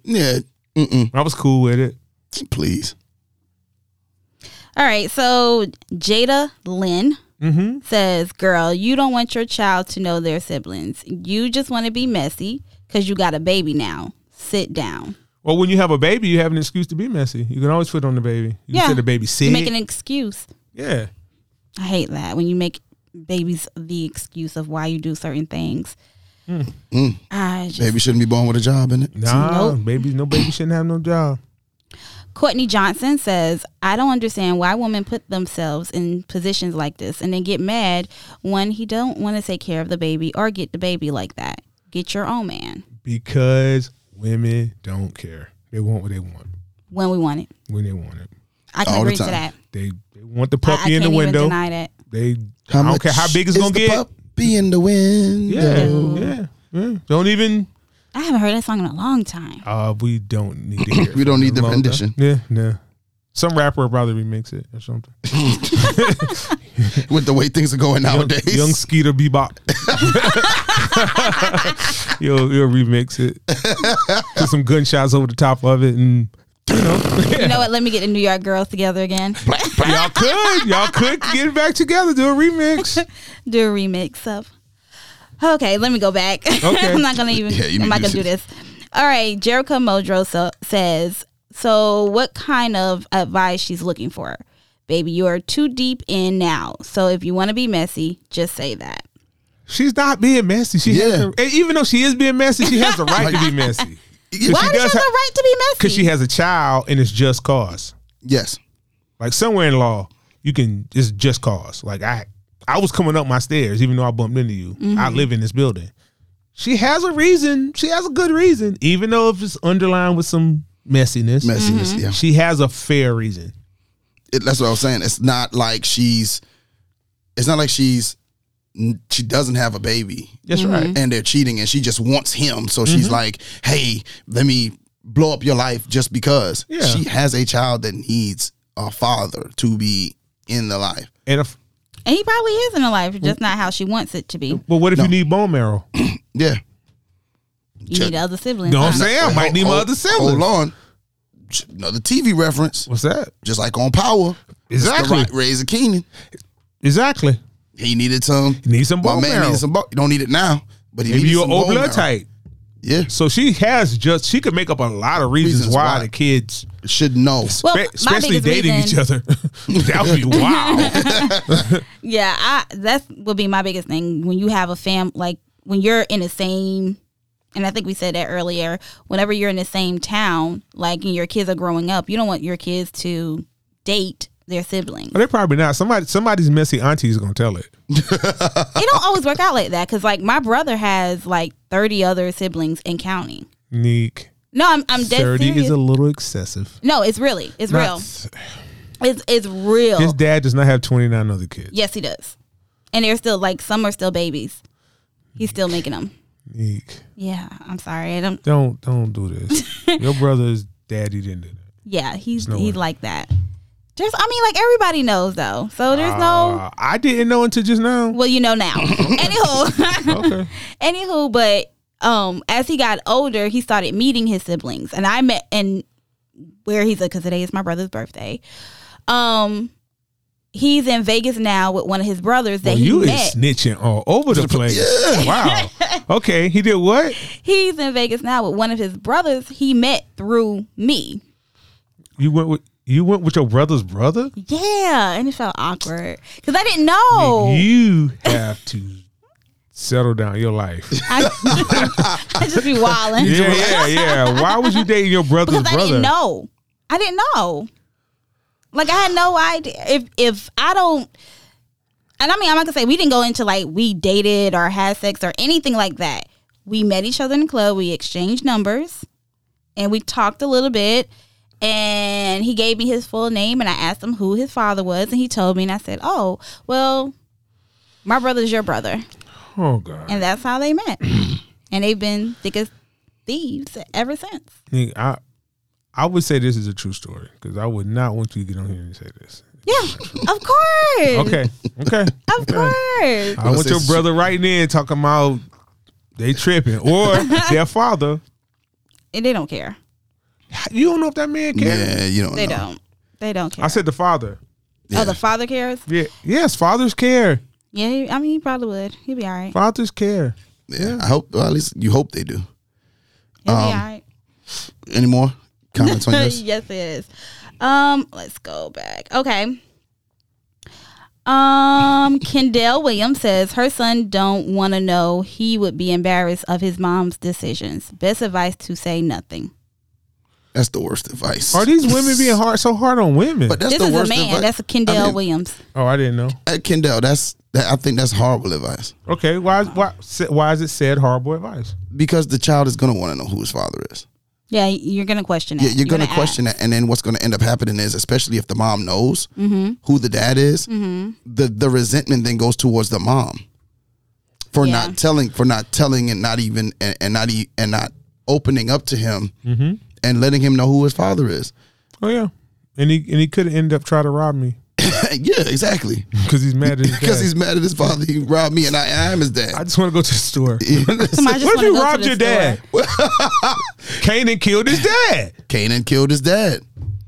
Yeah. Mm-mm.
I was cool with it.
Please.
All right, so Jada Lynn
Mm-hmm.
says, "Girl, you don't want your child to know their siblings. You just want to be messy because you got a baby now. Sit down.
Well, when you have a baby, you have an excuse to be messy. You can always put it on the baby. You
Yeah.
can say the baby
You
sick.
make an excuse.
yeah.
I hate that when you make babies the excuse of why you do certain things.
Hmm.
I just,
Baby shouldn't be born with a job in it.
Nah, baby, no baby shouldn't have no job.
Courtney Johnson says, I don't understand why women put themselves in positions like this and then get mad when he don't want to take care of the baby or get the baby like that. Get your own man.
Because women don't care. They want what they want
when we want it.
when they want it.
I can
All the
agree to
time.
that.
They, they want the
I- I
puppy in
can't even
the window.
deny that.
They I don't care how big it's
is
gonna
the
get.
Puppy in the wind.
Yeah, yeah, yeah. Don't even.
I haven't heard that song in a long time.
Uh, we don't need to hear. it
We don't
for
need the
long time.
rendition.
Yeah, no. Some rapper will probably remix it or something.
With the way things are going
Young,
nowadays.
young Skeeter Bebop. you'll, you'll remix it. Put some gunshots over the top of it, and
You know what? Let me get the New York girls together again.
y'all could, y'all could get it back together, do a remix.
do a remix of. Okay, let me go back.
Okay.
I'm not gonna even.
Yeah, you
I'm not
need
gonna
to-
do this. All right, Jericho Modro so, says. So, what kind of advice she's looking for, baby? You are too deep in now. So, if you want to be messy, just say that.
She's not being messy. She has
Yeah.
the, and even though she is being messy, she has the right to be messy.
Why does she have
does
the
ha-
right to be
Because
messy?
she has a child, and it's just cause.
yes.
Like somewhere in law, you can it's just cause. Like I I was coming up my stairs, even though I bumped into you. I
Mm-hmm.
live in this building. She has a reason. She has a good reason, even though if it's underlined with some messiness. Mm-hmm.
Messiness. Yeah.
She has a fair reason.
It- that's what I was saying. It's not like she's. It's not like she's. n- She doesn't have a baby.
That's right. Mm-hmm.
and they're cheating and she just wants him so she's like hey let me blow up your life just because
Yeah.
she has a child that needs a father to be in the life
And if
and he probably is in her life, just not how she wants it to be.
but what if you need bone marrow? You
yeah
You need other siblings.
know what I'm
huh?
saying? I
Wait,
might
hold-
need my
hold-
other siblings.
hold on another tv reference
What's that?
just like on power It's the
Exactly.
right razor keenan
Exactly.
he needed some
You need some
my
bone
man
marrow.
needed some bo- you don't need it now but he
Maybe
needed
you're
some
O
bone
blood
marrow.
type.
yeah
So she has just she could make up a lot of reasons,
Reasons
why,
why.
the kids
should know
Well,
spe-
my
especially
biggest
dating
reason-
each other. that would be wow.
Yeah, I that would be my biggest thing when you have a fam like when you're in the same and I think we said that earlier, whenever you're in the same town, like and your kids are growing up, you don't want your kids to date their siblings.
Well, they're probably not. Somebody, somebody's messy auntie is gonna tell it.
it don't always work out like that cuz like my brother has like 30 other siblings and counting.
Neek,
No, I'm I'm dead
thirty
serious.
is a little excessive.
no, it's really. It's real.
Not-
It's it's real.
His dad does not have twenty nine other kids.
yes, he does. And they're still like some are still babies. He's still making them.
Neek,
Yeah, I'm sorry. I don't
don't don't do this. Your brother's daddy didn't do that.
Yeah, he's
no
he's
way.
like that. There's, I mean, like everybody knows though. So there's no.
Uh, I didn't know until just now.
Well, you know now. anywho,
Okay,
anywho, but um, as he got older, he started meeting his siblings, and I met and where he's at because today is my brother's birthday. Um, he's in Vegas now with one of his brothers that
well,
he
you
met.
is snitching all over the place. Wow. Okay, he did what?
he's in Vegas now with one of his brothers he met through me.
You went with you went with your brother's brother.
Yeah, and it felt awkward because I didn't know.
Oh. You have to settle down your life.
I, I just be wilding.
yeah, yeah, yeah. Why was you dating your brother's
because I
brother?
didn't know. I didn't know. Like I had no idea. If if I don't, and I mean I'm not gonna say we didn't go into like we dated or had sex or anything like that. We met each other in the club. We exchanged numbers, and we talked a little bit. And he gave me his full name, and I asked him who his father was, and he told me, and I said, "Oh, well, my brother's your brother,"
Oh God.
and that's how they met. and they've been thick as thieves ever since.
Nigga, I I would say this is a true story because I would not want you to get on here and say this.
Yeah, of course.
Okay, Uh, okay.
Of course.
I want
This
your
is-
brother right in talking about they tripping or their father.
And they don't care.
You don't know if that man cares.
yeah you don't
They
know
don't. They don't care.
I said the father.
Oh, the father cares?
Yeah, yes, fathers care.
Yeah, he- I mean, he probably would. He'd be all right.
Fathers care.
yeah i hope well, at least you hope they do
He'll be all right.
any more comments on yours
yes, it is. Um, let's go back. Okay. Um, Kendall Williams says her son don't want to know. He would be embarrassed of his mom's decisions. Best advice to say nothing.
That's the worst advice.
Are these women being hard so hard on women?
But that's
this
the
is a
worst
man.
advice.
That's a Kendall
I mean,
Williams.
oh, I didn't know.
uh, Kendall, that's that, I think that's horrible advice
Okay, why is- why sa- why is it said horrible advice?
because the child is going to want to know who his father is.
Yeah, you're gonna question it.
Yeah, you're, going to
gonna
question that, and then what's going to end up happening is, especially if the mom knows who the dad is, the the resentment then goes towards the mom for
Yeah.
not telling, for not telling, and not even and, and not e- and not opening up to him and letting him know who his father is.
Oh yeah, and he and he could end up trying to rob me
yeah, exactly.
because he's mad at his
Because
dad.
he's mad at his father, he robbed me, and I, and I am his dad.
I just want to go to the store.
Ask. Somebody just
What if
wanna
you
go to
robbed
the
your
store.
dad? Kanan killed his dad.
Canaan killed his dad.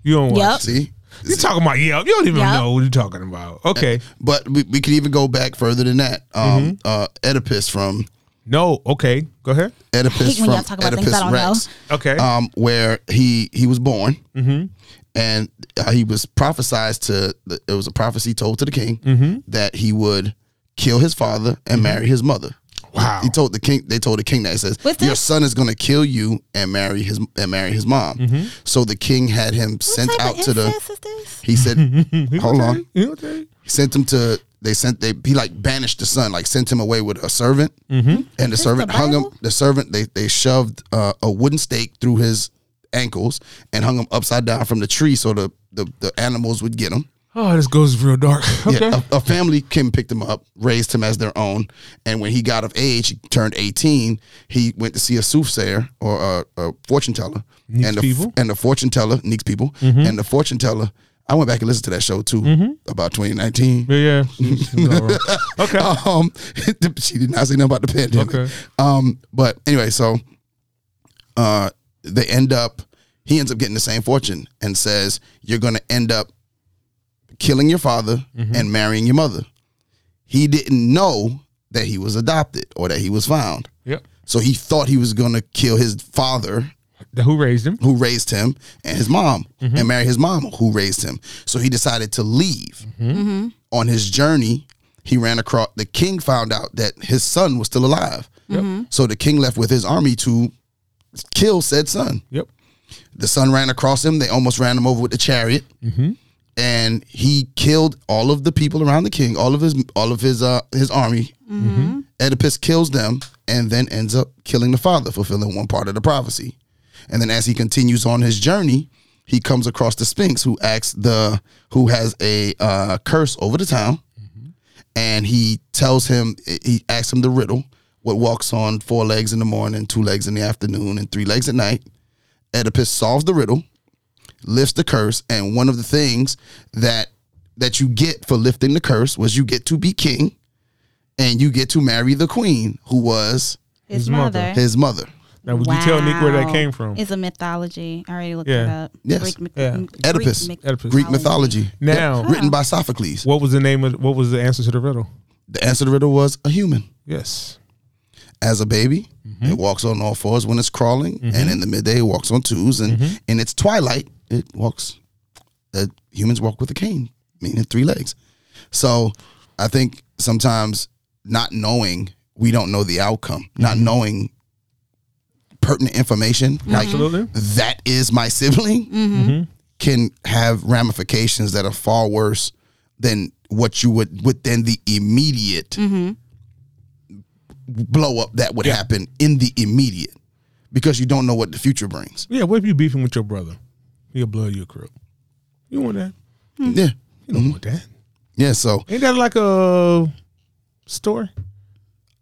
You don't watch.
Yep.
See,
You talking about yep? You don't even
Yep.
know what you're talking about. Okay,
but we, we could even go back further than that. Um, uh, Oedipus from
no, okay, go ahead.
Oedipus
hate when
from
y'all talk about things
Oedipus
I don't
Rex,
Okay, Mm-hmm.
um, where he he was born, and uh, he was prophesied to. the- It was a prophecy told to the king
Mm-hmm.
that he would kill his father and marry his mother.
Wow.
He told the king. They told the king that it says
What's
your
that?
son is going to kill you and marry his and marry his mom.
Mm-hmm.
So the king had him sent
What type
out
of
to the.
incest is this?
He said, "Hold on."
You okay?
sent him to they sent they he like banished the son like sent him away with a servant
Mm-hmm.
and the servant
the
hung him
Bible?
the servant they they shoved uh, a wooden stake through his ankles and hung him upside down from the tree so the the, the animals would get him
Oh, this goes real dark. Okay,
yeah, a, a family came and picked him up raised him as their own and when he got of age he turned 18 he went to see a soothsayer or a, a fortune teller
Neeks
and the,
people? Mm-hmm.
and the fortune teller Neeks people and the fortune teller I went back and listened to that show too about 2019
yeah. yeah. okay,
um, she did not say nothing about the pandemic.
Okay.
Um, but anyway, so uh, they end up. He ends up getting the same fortune and says, "You're going to end up killing your father
Mm-hmm.
and marrying your mother." He didn't know that he was adopted or that he was found,
yep.
so he thought he was going to kill his father
Who raised him?
who raised him and his mom and marry his mom who raised him. So he decided to leave. On his journey, he ran across the king found out that his son was still alive. So the king left with his army to kill said son.
Yep.
The son ran across him. They almost ran him over with the chariot. And he killed all of the people around the king, all of his all of his uh, his army. Oedipus kills them and then ends up killing the father, fulfilling one part of the prophecy. And then as he continues on his journey, he comes across the Sphinx, who acts the who has a uh, curse over the town, and he tells him he asks him the riddle: what walks on four legs in the morning, two legs in the afternoon, and three legs at night. Oedipus solves the riddle, lifts the curse, and one of the things that that you get for lifting the curse was you get to be king, and you get to marry the queen, who was
His,
His mother.
mother.
his mother.
Now, would you tell Nick where that
Wow.
came from?
It's a mythology. I already looked
Yeah.
it up.
Yes.
myth-
Yeah.
Greek
Oedipus.
myth-
Oedipus.
Greek mythology.
Now-
Yep, written by Sophocles.
What was the name of? What was the answer to the riddle?
The answer to the riddle was a human.
Yes.
As a baby, it walks on all fours when it's crawling, and in the midday, it walks on twos, and in its twilight, it walks. Uh, humans walk with a cane, meaning three legs. So, I think sometimes not knowing, we don't know the outcome. Not knowing pertinent information, like
Absolutely.
that is my sibling can have ramifications that are far worse than what you would within the immediate blow up that would happen in the immediate because you don't know what the future brings.
Yeah. What if you beefing with your brother? He'll blow you a crib. You want that?
Yeah.
You don't want that.
Yeah. So,
Ain't that like a story?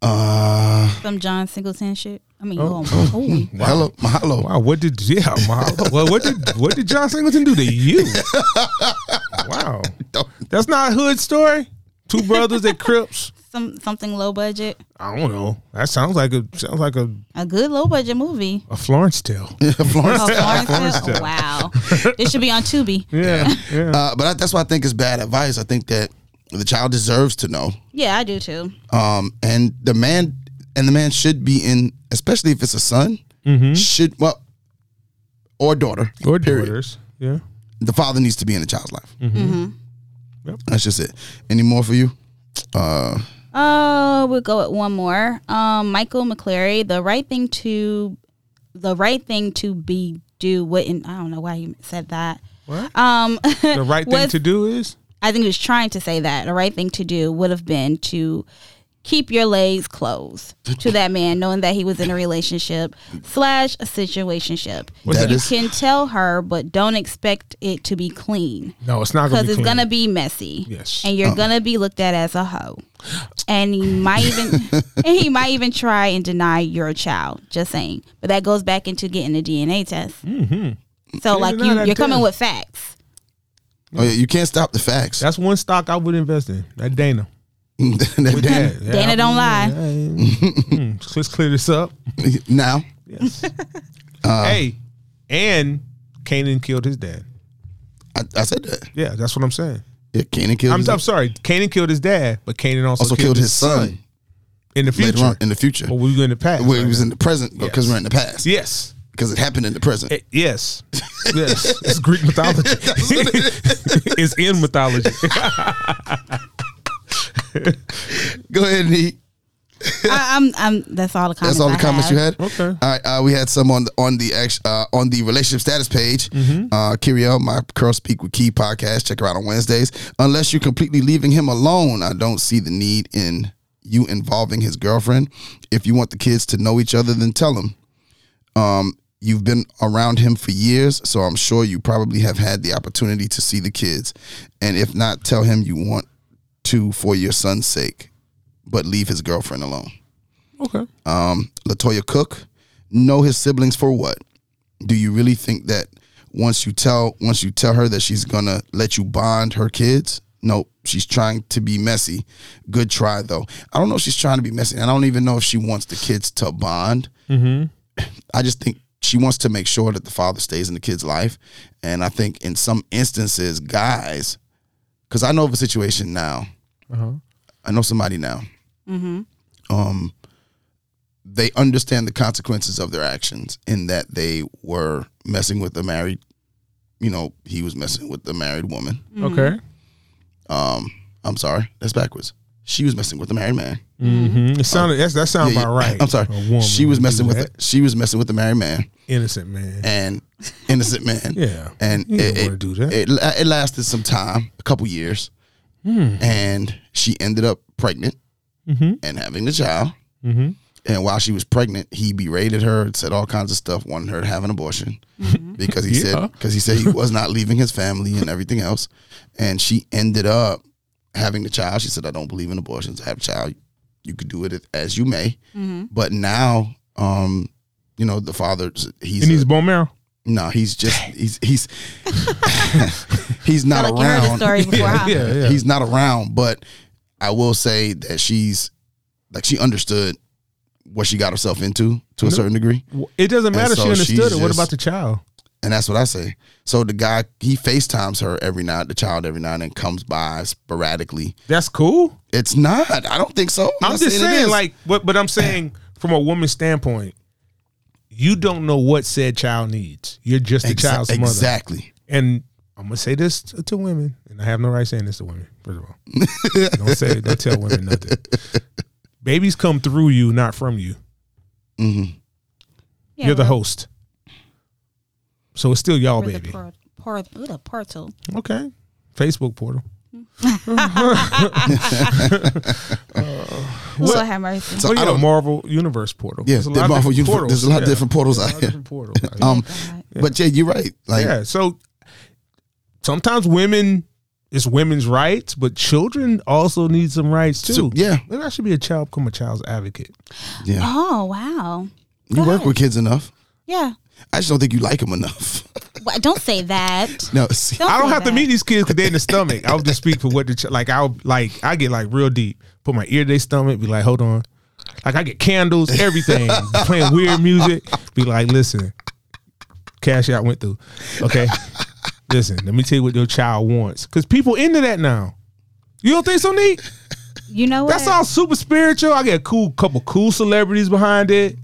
uh,
Some John Singleton shit. I mean,
Oh.
oh, oh.
hello, mahalo.
Wow, what did yeah? Wow, well, what did what did John Singleton do to you? Wow, that's not a hood story. Two brothers at Crips.
some something low budget.
I don't know. That sounds like a sounds like a,
A good low budget movie.
a Florence tale.
Florence.
Oh, Lawrenceville? Oh, wow. It should be on Tubi.
Yeah, yeah.
Uh, but I, that's why I think it's bad advice. I think that the child deserves to know
Yeah, I do too.
um, and the man and the man should be in, especially if it's a son, should well or daughter
Mm-hmm. Or
period.
daughters. Yeah.
The father needs to be in the child's life.
Yep.
That's just it. Any more for you? Uh,
Uh, we'll go at one more. Um, Michael McCleary, the right thing to, the right thing to be do, wouldn't. I don't know why he said that.
What?
Um,
The right thing
was-
to do is
I think he was trying to say that the right thing to do would have been to keep your legs closed to that man, knowing that he was in a relationship slash a situationship.
What's That
you
is-
can tell her, but don't expect it to be clean
no, it's not gonna
because
be
it's
clean.
gonna be messy.
Yes. Uh-uh.
and you're gonna be looked at as a hoe, and he might even and he might even try and deny you're a child. Just saying, but that goes back into getting a DNA test. Mm-hmm. So like
deny
you,
that
you're coming
test.
with facts.
Oh, yeah, you can't stop the facts.
That's one stock I would invest in. That Dana.
That-
With
that-
that, yeah,
Dana
I-
don't lie.
yeah, yeah. Mm, Let's clear this up.
now,
Yes.
Uh,
hey, and Canaan killed his dad.
I, I said that.
Yeah, that's what I'm saying.
Yeah, Canaan killed.
I'm,
his-
I'm sorry. Canaan killed his dad, but Canaan also,
also killed his son
in the
later on
future.
in the future.
But we were in the past.
Where he
right?
was in the present because
Yes.
we're in the past.
yes.
Because it happened in the present.
Eh, Yes. Yes. It's Greek mythology. it's in mythology.
Go ahead, Neek.
I, I'm, I'm. That's all the comments.
That's all the
I
comments
have.
you had.
Okay.
All right. Uh, we had some on the on the act- uh, on the relationship status page. Uh, Kiriel, my Curl Speak with Key podcast. Check her out on Wednesdays. Unless you're completely leaving him alone, I don't see the need in you involving his girlfriend. If you want the kids to know each other, then tell them. Um, you've been around him for years, so I'm sure you probably have had the opportunity to see the kids. And if not, tell him you want to for your son's sake, but leave his girlfriend alone.
Okay.
Um, Latoya Cook, know his siblings for what? Do you really think that once you tell once you tell her that she's gonna let you bond her kids? Nope. She's trying to be messy. Good try though. I don't know if she's trying to be messy. I don't even know if she wants the kids to bond. I just think she wants to make sure that the father stays in the kid's life. And I think in some instances, guys, because I know of a situation now. I know somebody now.
Mm-hmm,
Um, they understand the consequences of their actions in that they were messing with a married, you know, he was messing with a married woman.
Okay.
Um, I'm sorry, that's backwards. She was messing with a married man.
Mm-hmm. It sounded that's, that sounded
Yeah, yeah.
about right.
I'm sorry.
A woman
She was
would do
messing with
that.
a, she was messing with a married man
innocent man.
and innocent man.
Yeah.
and
You
it,
don't wanna
it-
do that.
It, la- it lasted some time, a couple years,
Hmm.
and she ended up pregnant
Mm-hmm.
and having the child. And while she was pregnant, he berated her and said all kinds of stuff, wanted her to have an abortion
Mm-hmm.
because he
Yeah.
said because he said he was not leaving his family and everything else. And she ended up having the child. She said, "I don't believe in abortions. I have a child. You could do it as you may."
mm-hmm.
But now, um, you know, the father he's
and
a-
he's bone marrow.
no, he's just he's he's he's not
Sound like you heard the
around.
story before, huh?
Yeah, yeah.
He's not around, but I will say that she's like she understood what she got herself into to a
Mm-hmm.
certain degree,
it doesn't matter.
so
she understood
she's
it. What
just-
about the child?
and that's what I say. So the guy he FaceTimes her every now the child every now and then comes by sporadically.
That's cool.
It's not. I don't think so.
I'm
not
just
it
saying,
is.
like, but but I'm saying from a woman's standpoint, you don't know what said child needs. You're just the
Exa-
child's mother.
exactly.
and I'm gonna say this to, to women, and I have no right saying this to women. First of all, don't say, don't tell women nothing. Babies come through you, not from you.
Yeah,
You're the
we're-
host, so it's still y'all,
we're the
baby.
por- por- ooh, the portal.
okay, Facebook portal.
Lord have mercy.
So
oh, yeah,
I don't.
Marvel Universe portal.
Yeah,
There's a
the
lot
Marvel
of different
Universe-
portals.
there's a lot of
Yeah,
different portals
a lot
out
of
here.
different portals out here.
Um,
God.
but yeah, you're right. Like
yeah, so sometimes women. It's women's rights, but children also need some rights too.
So- yeah.
Maybe I should be a child, become a child's advocate.
yeah,
Oh wow.
you work with kids enough.
Yeah.
I just don't think you like them enough.
Wha- don't say that.
no, see,
I don't
say
have to
that.
meet these kids because they're in the stomach. I'll just speak for what the ch- like. I'll like I get like real deep. Put my ear to their stomach. Be like, hold on. Like I get candles, everything. playing weird music. Be like, listen. Cash out went through. Okay, listen. Let me tell you what your child wants because people into that now. You don't think so, neat?
You know what?
That's all super spiritual. I get a cool couple cool celebrities behind it.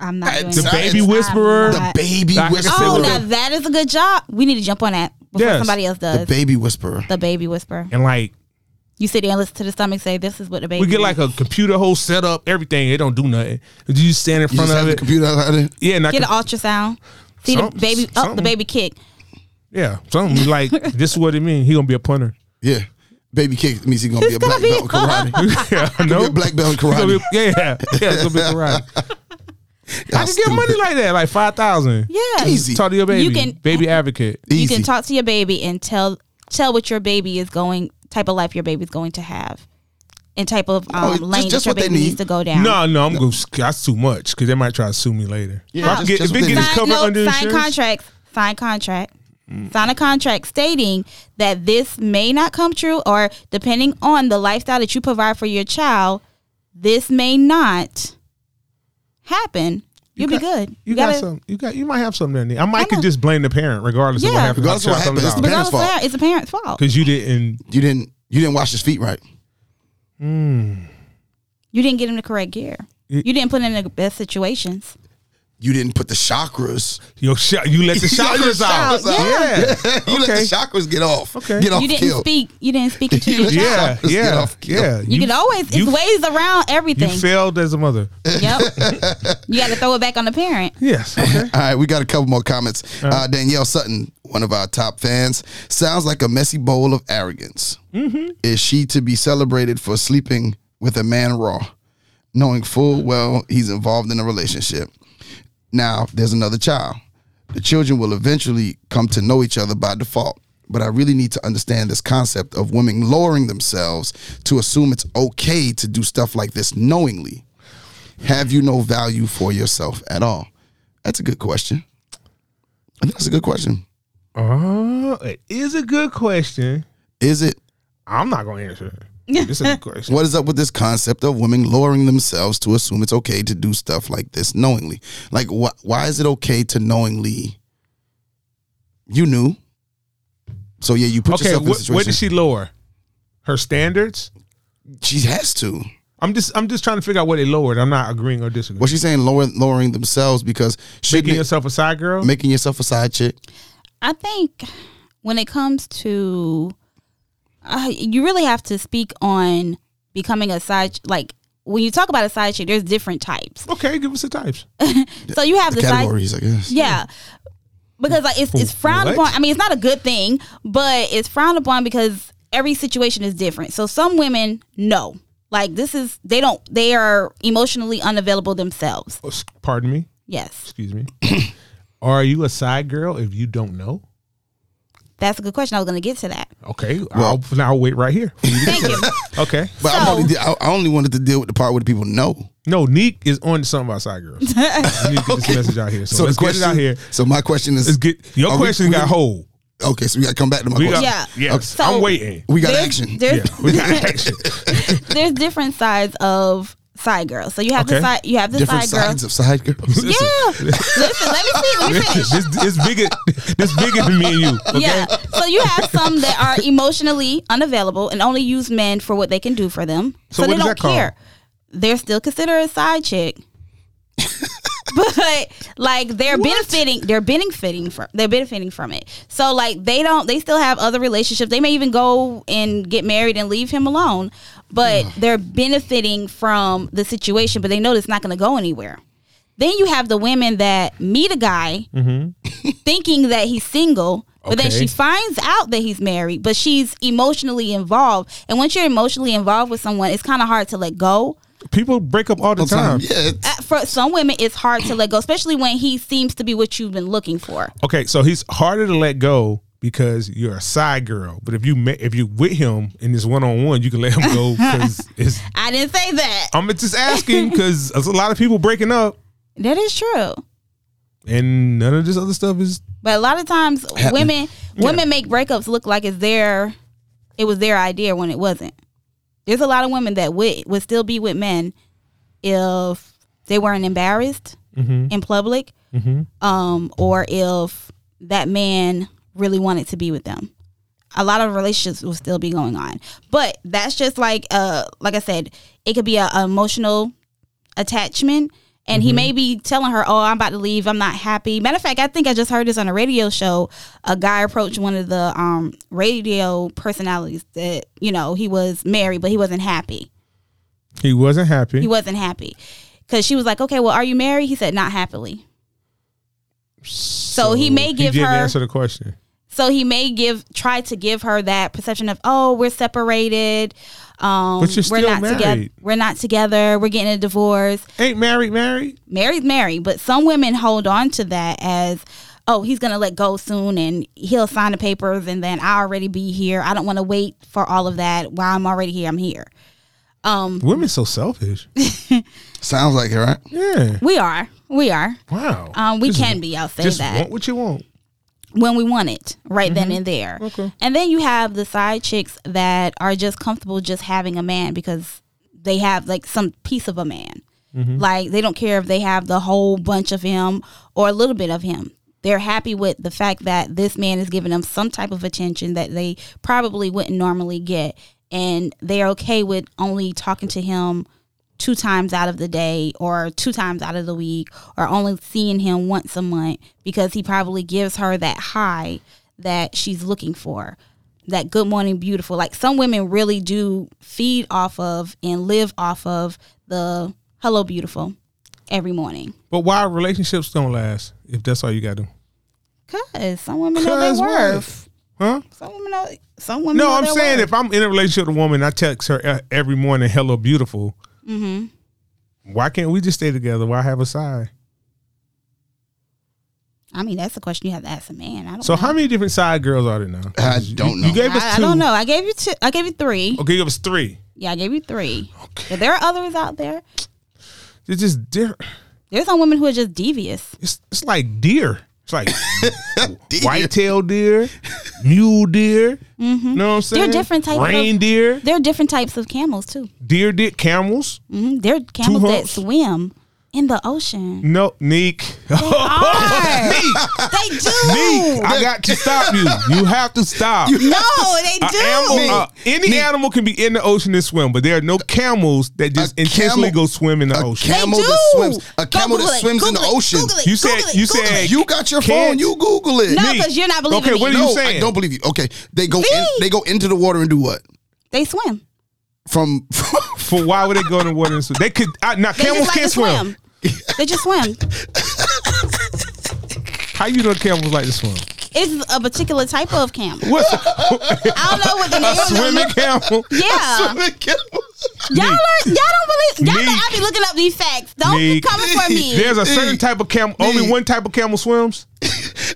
I'm not doing
The
that.
Baby
It's
whisperer.
the baby
I can
whisperer.
say
Oh,
what
now that is a good job. We need to jump on that before
Yes.
somebody else does.
the baby whisperer.
The baby whisper.
and like
You sit there and listen to the stomach say, "This is what the baby."
We get like a computer whole setup, everything. It don't do nothing. You just stand in
You
front
just have
of
the
it.
computer out there.
yeah, and I
get
can,
an ultrasound. See the
Something-
baby. Oh,
something.
the baby kick.
yeah, something like this is what it means. He gonna be a punter.
Yeah. Baby kick means he's gonna be a black
gonna be-
belt in karate.
yeah, I know.
Be a black belt in
He gonna
karate.
be- yeah, yeah, yeah. It's gonna be karate. I can get money like that, like five thousand.
Yeah.
Easy.
Talk to your baby.
You can-
baby advocate.
Easy.
You can talk to your baby and tell tell what your baby is going type of life your baby's going to have, and type of
No,
um,
it's
lane
Oh, just- just
that your
what they
baby
need.
needs to go down.
No, no, I'm gonna. That's too much because they might try to sue me later.
Yeah,
If I can
just-
get-
just
if it
within-
gets
sign,
covered
no,
under
sign
insurance,
contracts. Sign contract.
Mm.
Sign a contract stating that this may not come true, or depending on the lifestyle that you provide for your child, this may not happen. You'll
got-
be good.
You, got some. You got. You might have something in there. I might could
know.
just blame the parent, regardless of what
Yeah.
happened.
Regardless of what happened, it's the parent.
Regardless of
fault.
that, it's a parent's fault.
Because you didn't.
You didn't you didn't wash his feet right.
You didn't get him the correct gear.
It-
you didn't put him in the best situations.
You didn't put the chakras.
Yo, sh- you let the
You let the
chakras out.
chakras out.
Yeah.
you let
Okay.
the chakras get off.
Okay.
Get off
you didn't
kill.
speak. You didn't speak to
You
your
let-
child.
Yeah.
Chakras get
Yeah.
off.
Yeah.
You, can always. It's
you-
ways around
You
everything.
failed as a mother.
yep. you got to throw it back on the parent.
Yes. Okay.
All right, we got a couple more comments. Uh, Danielle Sutton, one of our top fans, sounds like a messy bowl of arrogance. Is she to be celebrated for sleeping with a man raw, knowing full well he's involved in a relationship? Now, there's another child. The children will eventually come to know each other by default. But I really need to understand this concept of women lowering themselves to assume it's okay to do stuff like this knowingly. Have you no value for yourself at all? That's a good question. I think that's a good question.
Uh, it is a good question.
Is it?
I'm not gonna answer it. It's a good question.
What is up with this concept of women lowering themselves to assume it's okay to do stuff like this knowingly? Like, wh- why is it okay to knowingly? You knew. So yeah, you put
Okay.
yourself in
What,
a
what
situation.
did she lower? Her standards.
she has to.
I'm just. I'm just trying to figure out what they lowered. I'm not agreeing or disagreeing.
What she's saying, lower, lowering themselves because
Making
shouldn't it-
yourself a side girl.
making yourself a side chick.
I think when it comes to, uh, you really have to speak on becoming a side like. When you talk about a side chick, there's different types.
okay. Give us the types.
So you have the, side
Categories, I guess.
Yeah. Because like it's it's frowned
What?
upon. I mean, it's not a good thing, but it's frowned upon because every situation is different. So some women know. Like this is they don't they are emotionally unavailable themselves.
Oh, s- Pardon me.
Yes.
Excuse me. Are you a side girl if you don't know?
That's a good question. I was gonna get to that.
Okay, I'll, now I'll wait right here.
Thank you.
Okay.
But I'm
So-
only, I I only wanted to deal with the part where the people know.
No, Neek is on to something about side girls. I need to get this message out here. So,
So
let's
the question
get it out here.
So my question is,
Let's get your
Are we-
question
we-
got hold.
okay, so we got to come back to my
We
question.
got
Yeah.
yes.
So-
I'm waiting.
we got
There's-
action.
Yeah,
There's
we got action.
there's different sides of side girls. So you have
Okay.
the side you have the
different
side girl.
sides of side girls.
yeah. Listen, let me see. Let me finish.
this is bigger. This bigger than me and you. Okay?
Yeah. So you have some that are emotionally unavailable and only use men for what they can do for them. So,
So what
they
is
don't
that called?
care. They're still considered a side chick. but like they're benefiting they're benefiting from they're benefiting from it. So like they don't they still have other relationships. They may even go and get married and leave him alone. But they're benefiting from the situation, but they know it's not gonna go anywhere. Then you have the women that meet a guy thinking that he's single, but then
Okay.
she finds out that he's married, but she's emotionally involved. And once you're emotionally involved with someone, it's kind of hard to let go.
People break up all the time.
Sometimes, Yeah, it's-
Uh, For some women, it's hard to let go, especially when he seems to be what you've been looking for.
Okay, so he's harder to let go because you're a side girl. But if you ma- if you're with him in this one on one, you can let him go because it's.
I didn't say that.
I'm just asking because there's a lot of people breaking up.
That is true.
and none of this other stuff is
But a lot of times, women women make breakups look like it's their it was their idea when it wasn't. There's a lot of women that would would still be with men if they weren't embarrassed in public, um, or if that man really wanted to be with them. A lot of relationships will still be going on, but that's just like uh, like I said, it could be a, a emotional attachment, And
Mm-hmm.
he may be telling her, "Oh, I'm about to leave. I'm not happy." Matter of fact, I think I just heard this on a radio show. A guy approached one of the um, radio personalities that you know he was married, but he wasn't happy.
He wasn't happy.
He wasn't happy because she was like, "Okay, well, are you married?" He said, "Not happily." So, he may give
didn't
her
answer the question.
so he may give try to give her that perception of oh we're separated, um,
But you're
we're
still
not together.
married.
We're not together. We're getting a divorce.
Ain't married, married.
Married, married, but some women hold on to that as oh he's gonna let go soon and he'll sign the papers and then I already be here. I don't want to wait for all of that. While I'm already here, I'm here.
Women so selfish.
Sounds like it, right?
Yeah.
We are, we are.
Wow.
Um, we
Just
can
wa-
be. I'll say
Just
that.
want what you want.
when we want it right then and there.
Okay.
And then you have the side chicks that are just comfortable just having a man because they have like some piece of a man. Like they don't care if they have the whole bunch of him or a little bit of him. They're happy with the fact that this man is giving them some type of attention that they probably wouldn't normally get. And they're okay with only talking to him two times out of the day or two times out of the week or only seeing him once a month because he probably gives her that high that she's looking for that good morning beautiful like some women really do feed off of and live off of the hello beautiful every morning
But why relationships don't last if that's all you got to do?
because some women know their
'Cause what?
worth
Huh?
some women know some women
No,
know
I'm
their
saying
worth.
if I'm in a relationship with a woman, I text her uh, every morning, "Hello, beautiful." Mm-hmm. Why can't we just stay together? Why have a side?
i mean that's the question you have to ask a man i don't
So
know.
how many different side girls are there now?
I
You-
don't know.
You gave us
I, I
two.
don't know i gave you two i gave you three
Okay, you gave us three.
yeah i gave you three
Okay,
but there are others out there
it's just deer.
There's some women who are just devious.
It's it's like deer. It's like
Deer.
white-tailed deer, mule deer. Mm-hmm. Know what I'm saying?
different types of-
Reindeer,
There are different types of camels too.
deer, dick, camels.
hmm There are camels
Two
that
humps.
swim in the ocean.
No, Neek.
They are. they do.
Neek, I got to stop you. You have to stop.
No, they
A
do.
animal- uh, any animal can be in the ocean and swim, but there are no camels that just
A
intentionally
camel-
go swim in the
a
ocean.
They
camel
do.
that swims- a
Go
camel that
Google it.
swims in the
Google it.
ocean.
Google it.
You said-
Google it.
you
Google
said-
it.
You got your
Can't-
phone. You Google it.
No,
Neek.
'cause you're not believing
Okay,
it.
what are
no,
you saying?
I don't believe you. Okay, they go in,
See?
they go into the water and do what?
they swim.
From
For why would they go in the water and swim? They could. I, now
They
camels
just like
can
to swim.
swim.
they just swim.
How you know camels like to swim?
It's a particular type of camel.
What's
I don't know what the name
a swimming
of it.
camel?
Yeah, y'all are, y'all don't believe y'all. know I be looking up these facts. Don't
Neek.
be coming for me.
There's a certain type of camel. Only one type of camel swims.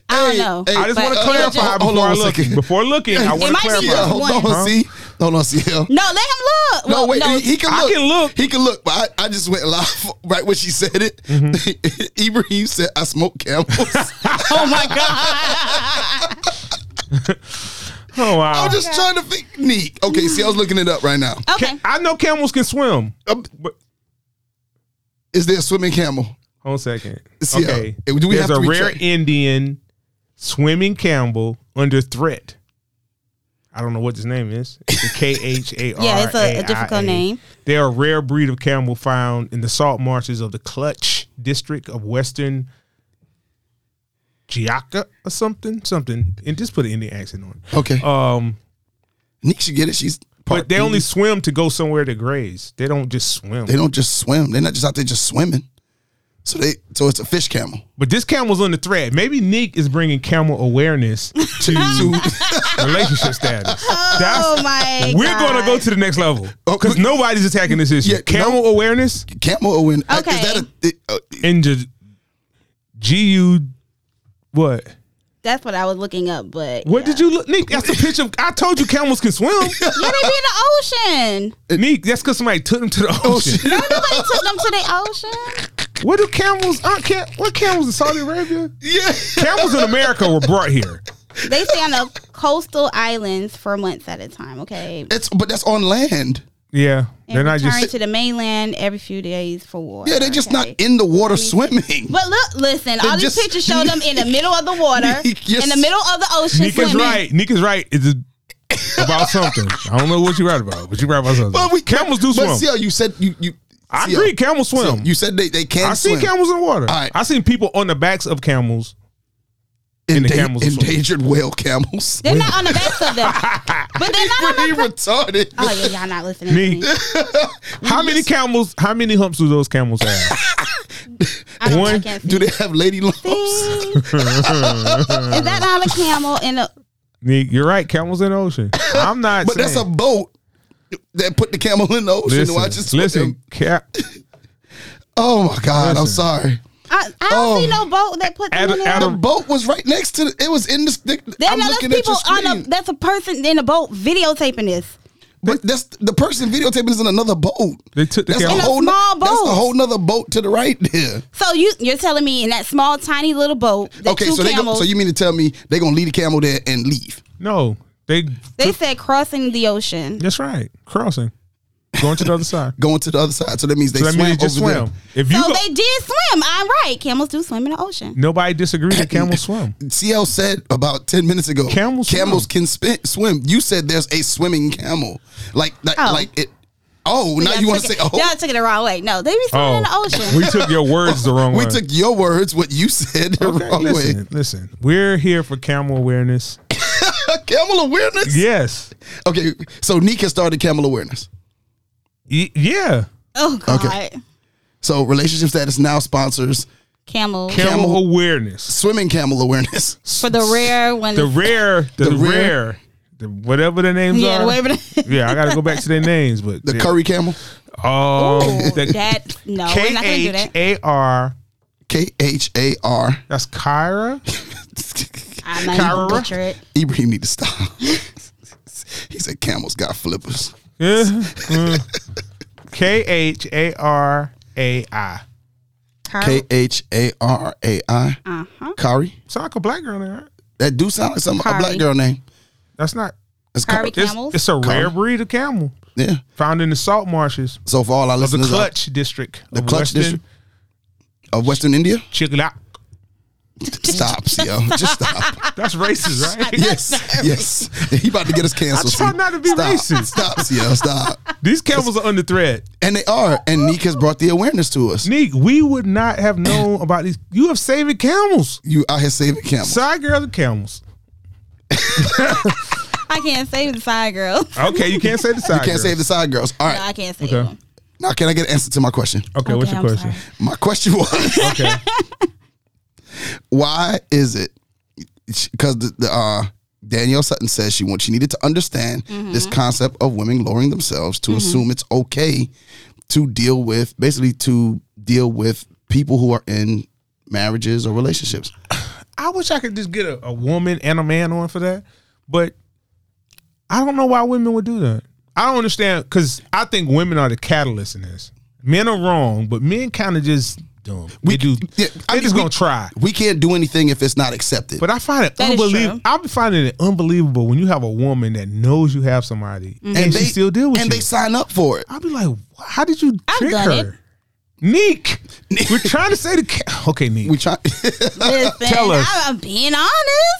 I don't know.
Hey, hey,
I just
But
want to
it
clarify
just-
before
uh, Hold on
I
a
look.
second.
Before looking, I want to
might be
clarify.
just-
hold on,
Huh?
see, hold on, see. Yeah.
No, let him look.
No,
Well,
wait.
no,
he, he can
I
look.
can look.
He can look. But I, I just went live right when she said it.
Mm-hmm.
Ibrahim said, "I smoke camels."
oh my god.
Oh wow!
I'm just trying to think. Neat. Okay, see, I was looking it up right now.
Okay.
I know camels can swim.
Um,
Uh, But
is there a swimming camel?
Hold on a second.
See,
okay.
uh, do we
There's
have to
a rare
retract?
Indian swimming camel under threat. I don't know what his name is. K H A R.
Yeah, it's a- a difficult name.
They're a rare breed of camel found in the salt marshes of the Clutch district of western Giaca or something. Something. And just put an Indian accent on it.
Okay,
Um
Neek should get it. She's part
but they only
Indian.
swim to go somewhere to graze. They don't just swim.
they don't just swim. They're not just out there just swimming. So they so it's a fish camel.
but this camel's under threat. Maybe Nick is bringing camel awareness
To, to
relationship status. That's
oh my.
We're
God.
going to go to the next level
Oh,
because
but-
nobody's attacking this issue.
Yeah,
Camel awareness
camel Owen. uh,
Okay.
Is that a, it- uh,
and ju- GU. What?
That's what I was looking up, but
What
yeah.
did you look, Nick? That's the picture. Of, I told you camels can swim.
Yeah, they be in the ocean.
Nick, that's because somebody took them to the
Oh,
ocean.
Nobody took them to the ocean.
what do camels? Aren't cam, what camels in Saudi Arabia?
yeah.
Camels in America were brought here.
They stay on the coastal islands for months at a time. Okay,
It's but that's on land.
Yeah,
and
they're not
return
just.
to the mainland every few days for war.
Yeah, they're just
okay?
not in the water swimming.
But look, listen. all these
just-
pictures show them in the middle of the water,
Yes.
in the middle of the ocean.
Nick is
swimming.
right. Nick is right. It's a- about something. I don't know what you're right about, but you're right about something.
But we
camels do
But
swim.
see how you said you you
I
See,
agree. Camels swim.
You said they, they can
I
swim.
seen camels in the water.
All right.
I seen people on the backs of camels. and the
Enda-
camels will swim.
endangered whale camels.
They're not on the backs of them. But they're not on
Pretty
the
retarded.
Oh yeah, y'all not listening
Me.
to me.
How many camels? How many humps do those camels have?
I don't
One,
I can't
Do
see.
they have lady lumps?
Is that not a camel and a
Nick, You're right. Camels in the ocean. I'm not.
But that's a
saying-
boat that put the camel in the ocean.
listen.
Why just put
listen.
them-
Ca-
Oh my God! I'm
Listen.
sorry.
I, I don't
Oh.
see no boat that put them
Adam-
in there.
Adam-
The boat was right next to. The, it was in this.
There
I'm
now there's
looking at
people
your
on
screen.
a that's a person in a boat videotaping this.
but that's the person videotaping is in another boat.
They took the
That's
camel.
In a
whole no-
small
That's a
boat.
whole nother boat to the right there.
So you you're telling me in that small tiny little boat, the
okay,
two
so they go,
camels,
so you mean to tell me they gonna leave the camel there and leave?
no. They.
they said crossing the ocean.
That's right. Crossing. Going to the other side.
Going to the other side. So that means they
So that
swam
means they just
over
swam. If you
so
go,
they did swim. I'm right. Camels do swim in the ocean.
nobody disagreed that camels swim.
there. CL said about ten minutes ago.
Camels
camels can spin, swim. You said there's a swimming camel. Like like,
Oh.
like it. Oh, now
Y'all
you want to
took
say?
it-
Oh,
Y'all took it the wrong way. No, they be swimming in the ocean.
Oh, we took your words the wrong
we
way.
took your words, what you said, the
Okay,
wrong
listen,
way.
listen. We're here for camel awareness.
camel awareness.
Yes.
Okay, so Nika started camel awareness.
Y- yeah.
oh God,
So relationship status now sponsors
camels
Camel,
Camel-
awareness.
swimming camel awareness.
for the rare when
The rare, the,
The
rare,
rare-
the, whatever the names
yeah,
are.
the way, but
yeah, I got to go back to their names, but
The
yeah.
curry camel,
Oh,
Ooh,
the
that no, we're not gonna
K
do
H
that.
A R.
K H A R.
That's Kyra.
I'm not even gonna
Kyra.
butcher it.
Ibrahim need to stop. he said camels got flippers.
Mm. K H A R A I.
Oh.
K H A R A I.
Uh huh.
Kari.
Sound like a black girl name, right?
That do sound like some a black
Kari.
girl name.
That's not.
That's
Kari
Kari.
It's,
Camels?
it's a rare
Kyra.
breed of camel
Yeah.
found in the salt marshes
So for all our
of the
listeners out-
Clutch district.
the clutch district of Western India.
Chiglak.
Stop, yo. Just stop.
That's racist, right?
Yes. Yes. He about to get us canceled.
I try
see.
not to be
stop.
racist.
Stop, yo. Stop.
These camels are under threat.
And they are. And Nick has brought the awareness to us.
Neek, we would not have known about these. You have saved camels.
You out here saving camels.
Side girls and camels.
I can't save the side girls.
Okay, you can't say the side
You can't save the side girls. All
No,
right.
I can't save
Okay.
them.
Now, can I get an answer to my question?
Okay, what's your
Okay, I'm
question?
My question was
Okay.
why is it? Because the, the uh, Danielle Sutton says she wants she needed to understand
Mm-hmm.
this concept of women lowering themselves to assume it's okay to deal with basically to deal with people who are in marriages or relationships.
I wish I could just get a, a woman and a man on for that, but I don't know why women would do that. I don't understand because I think women are the catalyst in this. Men are wrong, but men kind of just dumb. We do.
yeah,
they
I mean,
just
we-
gonna try.
We can't do anything if it's not accepted.
But I find it
That is
unbelievable.
true.
I'm finding it unbelievable when you have a woman that knows you have somebody
Mm-hmm.
and, she still deal with
and
you.
they sign up for it.
I'll be like, "Wh- how did you
I've
trick
done
her? Neek, we're trying to say the ca- okay, Neek.
We try.
Listen,
Tell us.
I'm being honest.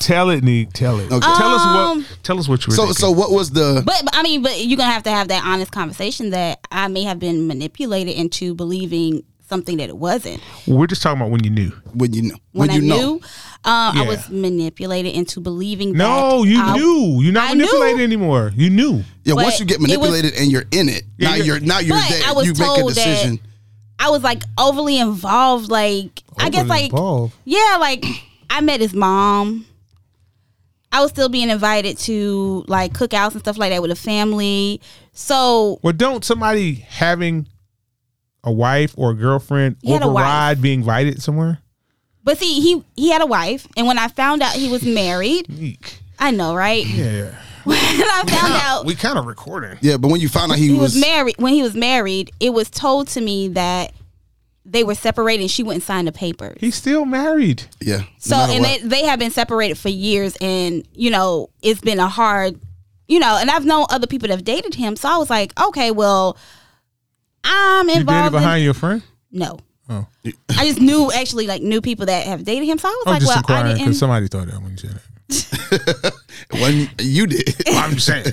tell it, Neek. Tell it. Tell us
Um,
what. Tell us what you were.
so
thinking.
so what was the
But, but I mean, but you're gonna have to have that honest conversation that I may have been manipulated into believing something that it wasn't.
we're just talking about when you knew.
when you know
When, I
you
knew,
know
um, I
Yeah.
was manipulated into believing.
No,
that
you
I-
knew. You're not
I
manipulated
knew.
anymore. You knew.
Yeah,
But
once you
it
get
was-
manipulated and you're in it,
Yeah,
now
you're-
you're now you're
But
there.
I was
you make a
told that-
decision.
I was like overly involved. Like I guess,
Overly
like
involved.
yeah, like I met his mom. I was still being invited to like cookouts and stuff like that with a family. So
Well, don't somebody having a wife or a girlfriend
He had a wife.
override being invited somewhere?
But see, he he had a wife, and when I found out he was married,
Neek.
I know, right?
Yeah.
When I found out
We kind of recording.
Yeah, but when you found out he,
he was married, when he was married, it was told to me that they were separated, and she wouldn't sign the papers.
He's still married.
yeah, no
So,
matter
and
what.
they, they have been separated for years, and you know, it's been a hard, you know, and I've known other people that have dated him, so I was like, okay, well, I'm
You did it
involved. in-
behind your friend.
no.
Oh.
I just knew actually like knew people that have dated him, so I was
I'm
like,
just
well, I
inquiring
didn't.
because somebody thought that when you said that.
when you did,
Well, I'm just saying.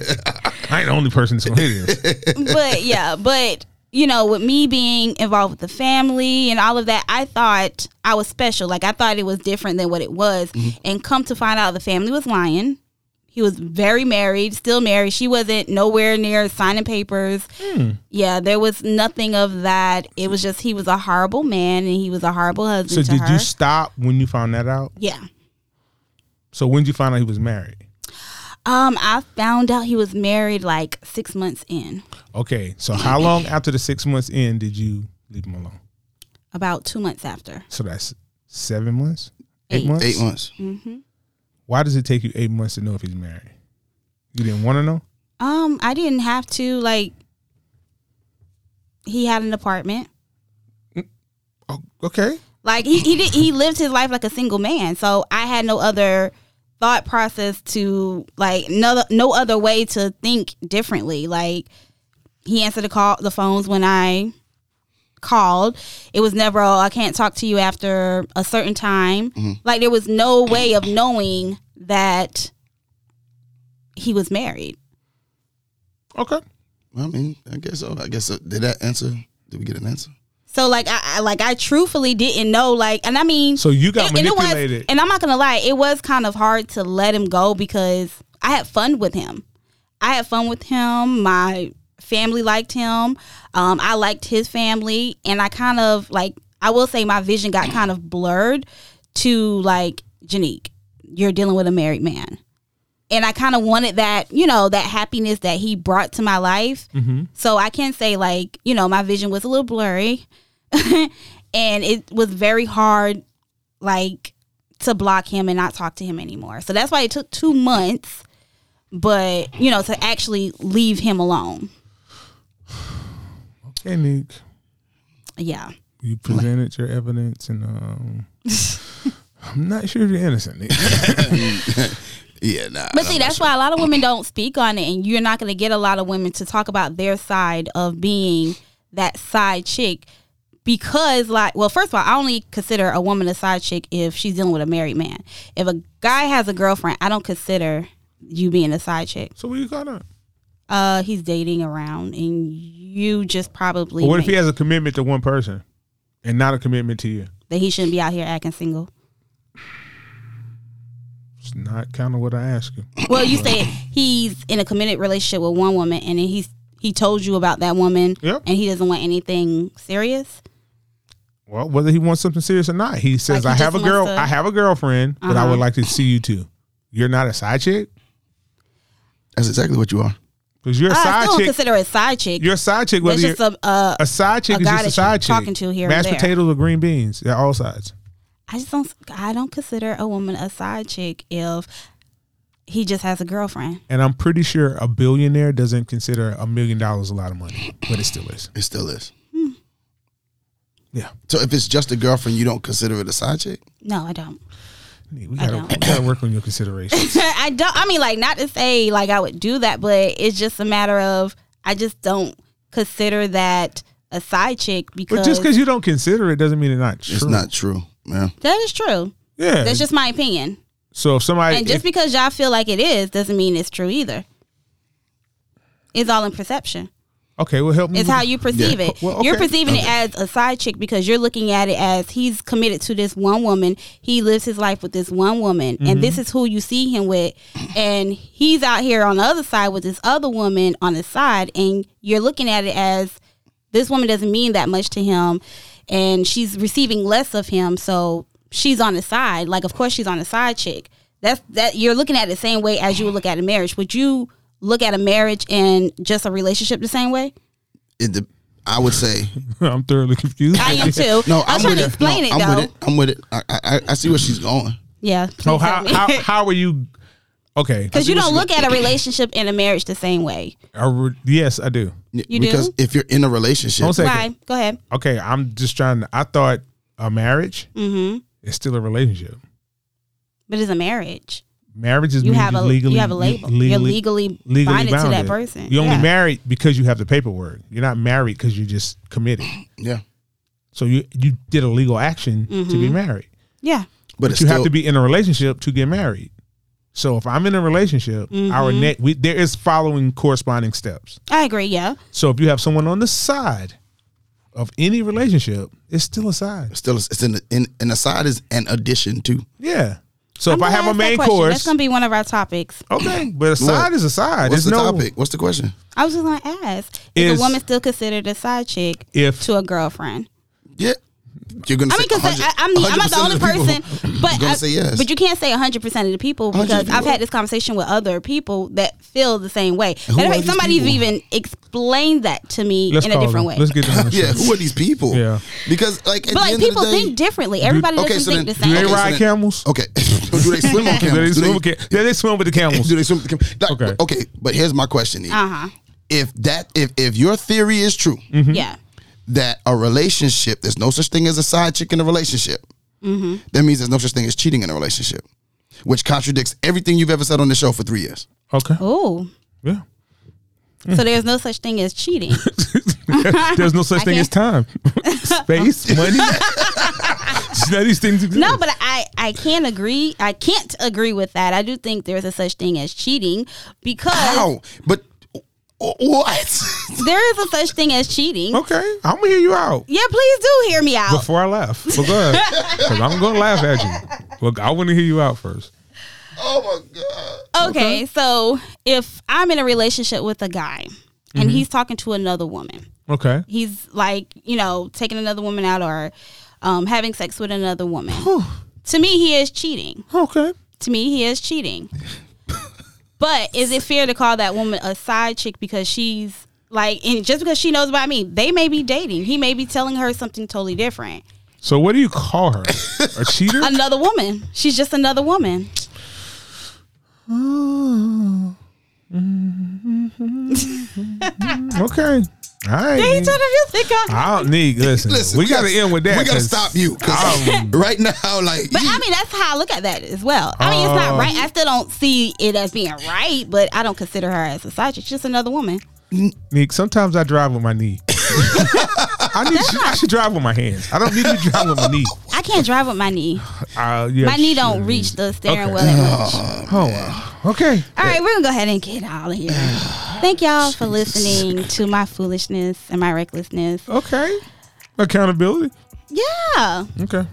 I ain't the only person that's gonna hear this.
but yeah, but you know, with me being involved with the family and all of that, I thought I was special. Like I thought it was different than what it was.
Mm-hmm.
And come to find out the family was lying. He was very married, still married. She wasn't nowhere near signing papers.
Hmm.
Yeah, there was nothing of that. It was just he was a horrible man and he was a horrible
So
husband to
did
her.
you stop when you found that out?
yeah.
So when did you find out he was married?
Um, I found out he was married like six months in,
Okay. So how long after the six months in did you leave him alone?
about two months after.
So that's seven months?
Eight.
months?
Eight months.
Why does it take you eight months to know if he's married? You didn't want to know?
Um, I didn't have to like. He had an apartment.
Oh, okay.
Like he he did, he lived his life like a single man. So I had no other thought process to like no no other way to think differently. Like he answered the call the phones when I called. It was never oh, I can't talk to you after a certain time. Like there was no way of knowing that he was married.
Okay.
I mean, I guess so. I guess so. did that answer? Did we get an answer?
So like I, I like I truthfully didn't know like and I mean
So you got
it was-
manipulated.
and I'm not gonna lie, it was kind of hard to let him go because I had fun with him. I had fun with him. My family liked him. Um, I liked his family, and I kind of like I will say my vision got kind of blurred to like Janique, you're dealing with a married man. And I kind of wanted that, you know, that happiness that he brought to my life.
Mm-hmm.
So I can say, like, you know, my vision was a little blurry, and it was very hard like to block him and not talk to him anymore. So that's why it took two months, but you know, to actually leave him alone.
okay, Nick.
Yeah.
You presented your evidence and um I'm not sure if you're innocent, Nick.
Yeah, nah.
But see, that's why a lot of women don't speak on it, and you're not going to get a lot of women to talk about their side of being that side chick because, like, well, first of all, I only consider a woman a side chick if she's dealing with a married man. If a guy has a girlfriend, I don't consider you being a side chick.
so what you got on?
Uh, he's dating around, and you just probably
But what if
may-
he has a commitment to one person and not a commitment to you?
that he shouldn't be out here acting single.
It's not kind of what I asked you.
Well, you said he's in a committed relationship with one woman, and then he's he told you about that woman,
Yep.
and he doesn't want anything serious.
Well, whether he wants something serious or not, he says,
Like, he
"I have a
just
girl,
wants to- Uh-huh.
I have a girlfriend, but I would like to see you too. You're not a side chick
That's exactly what you are.
because you're a
Ah, I still
side
don't
chick.
consider it a side chick.
You're a side chick. Whether
That's
you're
just a. Uh,
a side chick
a
is
guy
just
that
a
you're
side chick.
talking to here and
Mashed
there.
potatoes or green beans. They're all sides.
I just don't. I don't consider a woman a side chick if he just has a girlfriend.
And I'm pretty sure a billionaire doesn't consider a million dollars a lot of money, but it still is.
It still is.
Yeah,
So if it's just a girlfriend, you don't consider it a side chick?
No, I don't.
we gotta,
don't.
we gotta work on your consideration.
I don't. I mean, like, not to say like I would do that, but it's just a matter of I just don't consider that a side chick
but
because
just because you don't consider it doesn't mean it's not true.
It's not true. Yeah.
that is true.
Yeah.
That's just my opinion.
so if somebody,
And just
if-
because y'all feel like it is doesn't mean it's true either. It's all in perception.
okay, well help me.
It's
with-
how you perceive
Yeah.
it.
Well, okay.
You're perceiving it as a side chick because you're looking at it as he's committed to this one woman. He lives his life with this one woman, and
Mm-hmm.
this is who you see him with. And he's out here on the other side with this other woman on his side, and you're looking at it as this woman doesn't mean that much to him, and she's receiving less of him. So she's on his side. Like, of course, she's on the side chick. That's that you're looking at it the same way as you would look at a marriage. Would you look at a marriage and just a relationship the same way?
It, de- I would say
I'm thoroughly confused.
I am too.
no.
I'm,
I'm,
trying
with
to
it.
explain
No,
it
I'm
though.
with it. I'm with it. I, I, I see where she's going.
Yeah.
So how, how how are you? Okay,
Because you don't look at a relationship and a marriage the same way.
I re- yes, I do.
You do?
because if you're in a relationship,
Don't say- Second.
Why? Go ahead.
Okay, I'm just trying. to I thought a marriage
Mm-hmm.
is still a relationship.
But it's a marriage.
Marriage is
You
when
have
you're
a
legally
you have a label.
legally,
You're legally,
legally
binded to that
bounded.
person.
You only
Yeah.
married because you have the paperwork. You're not married because you just committed.
yeah,
So you you did a legal action to
Mm-hmm.
be married.
Yeah.
but
But
it's
you
still,
have to be in a relationship to get married. So if I'm in a relationship, our
Mm-hmm.
net we, there is following corresponding steps.
I agree. Yeah.
So if you have someone on the side of any relationship, it's still a side.
Still, it's it's in, the- in and the side is an addition to.
Yeah. So if
I'm
I
gonna
have
ask
a
that
main
question.
course,
that's gonna be one of our topics.
okay, but a side is a side.
What's
There's
the
no
topic? What's the question?
I was just gonna ask: Is,
Is-
a woman still considered a side chick
if
to a girlfriend?
Yeah, you're gonna.
I mean,
say
because
100
I'm, the- I'm not the
100%
only
of people.
person, but
gonna
I-
say yes.
but you can't say 100 percent of the people
100
because I've
people.
had this conversation with other people that feel the same way.
who
Matter of
are
fact,
these
somebody's
people?
even explained that to me
let's
in a
call
different way.
them. Let's get them. on the
Yeah,
show.
who are these people?
Yeah.
because like at
but
the
like
end
people
of the day,
think differently. Everybody
okay,
doesn't
so
think
then-
the same.
Do they
Okay, so
ride
then-
camels?
Okay, do they swim
Do
on
they
camels?
swim with ca- do they swim with the camels?
do they swim with the camels? Like,
Okay.
okay, but here's my question: E.
Uh huh.
If that, if if your theory is true,
Mm-hmm.
Yeah.
that a relationship, there's no such thing as a side chick in a relationship.
Mm-hmm.
That means there's no such thing as cheating in a relationship, which contradicts everything you've ever said on the show for three years.
Okay.
Oh,
Yeah.
so there's no such thing as cheating.
There's no such
I
thing as time, space, money. None of these things exist.
No, but I I can't agree. I can't agree with that. I do think there's a such thing as cheating because
How? But wh- what?
there is a such thing as cheating.
okay, I'm gonna hear you out
Yeah, please do hear me out.
before I laugh. But go ahead, 'Cause I'm gonna laugh at you. Look, I want to hear you out first.
oh my god!
okay, so if I'm in a relationship with a guy and he's talking to another woman,
Okay.
he's like you know taking another woman out or um, having sex with another woman. to me, he is cheating.
Okay.
To me, he is cheating. but is it fair to call that woman a side chick because she's like, and just because she knows about me, they may be dating. He may be telling her something totally different.
So what do you call her? A cheater?
Another woman. She's just another woman.
Okay. All
He
right.
turned the music off.
I don't need. Listen,
Listen,
we, gotta, end with that.
We gotta
'cause
stop you 'cause
I'm-
right now, like
But
you-
I mean, that's how I look at that as well. I mean, it's
Oh.
not right. I still don't see it as being right, but I don't consider her as a side chick. She's just another woman.
Nick, sometimes I drive with my knee. I need. I should drive with my hands. I don't need to drive with my knee.
I can't drive with my knee.
Uh, yeah,
My knee don't
sure.
reach the steering
Okay.
wheel that much.
Oh, wow. okay.
All right, we're gonna go ahead and get out of here. Thank y'all for listening to my foolishness and my recklessness.
Okay. Accountability.
Yeah,
Okay.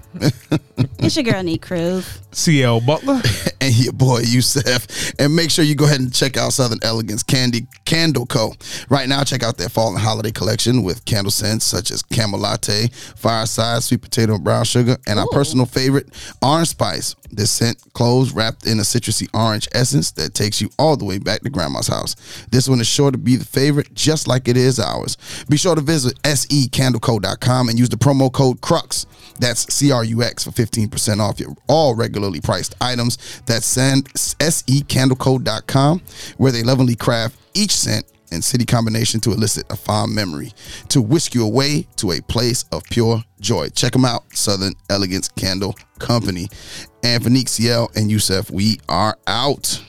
it's your girl Nee Cruz.
CL Butler.
and your boy Yusef. And make sure you go ahead and check out Southern Elegance Candy Candle Co. Right now, check out their fall and holiday collection with candle scents such as camel latte, fireside, sweet potato, and brown sugar, and our
Ooh.
personal favorite, orange spice. This scent cloves wrapped in a citrusy orange essence that takes you all the way back to grandma's house. This one is sure to be the favorite, just like it is ours. Be sure to visit E secandleco.com and use the promo code CRUX. That's C R U X for 15% off your all regularly priced items. That's E send secandleco.com, where they lovingly craft each scent and city combination to elicit a fond memory, to whisk you away to a place of pure joy. Check them out, Southern Elegance Candle Company. And for Neek CL and Yusef, we are out.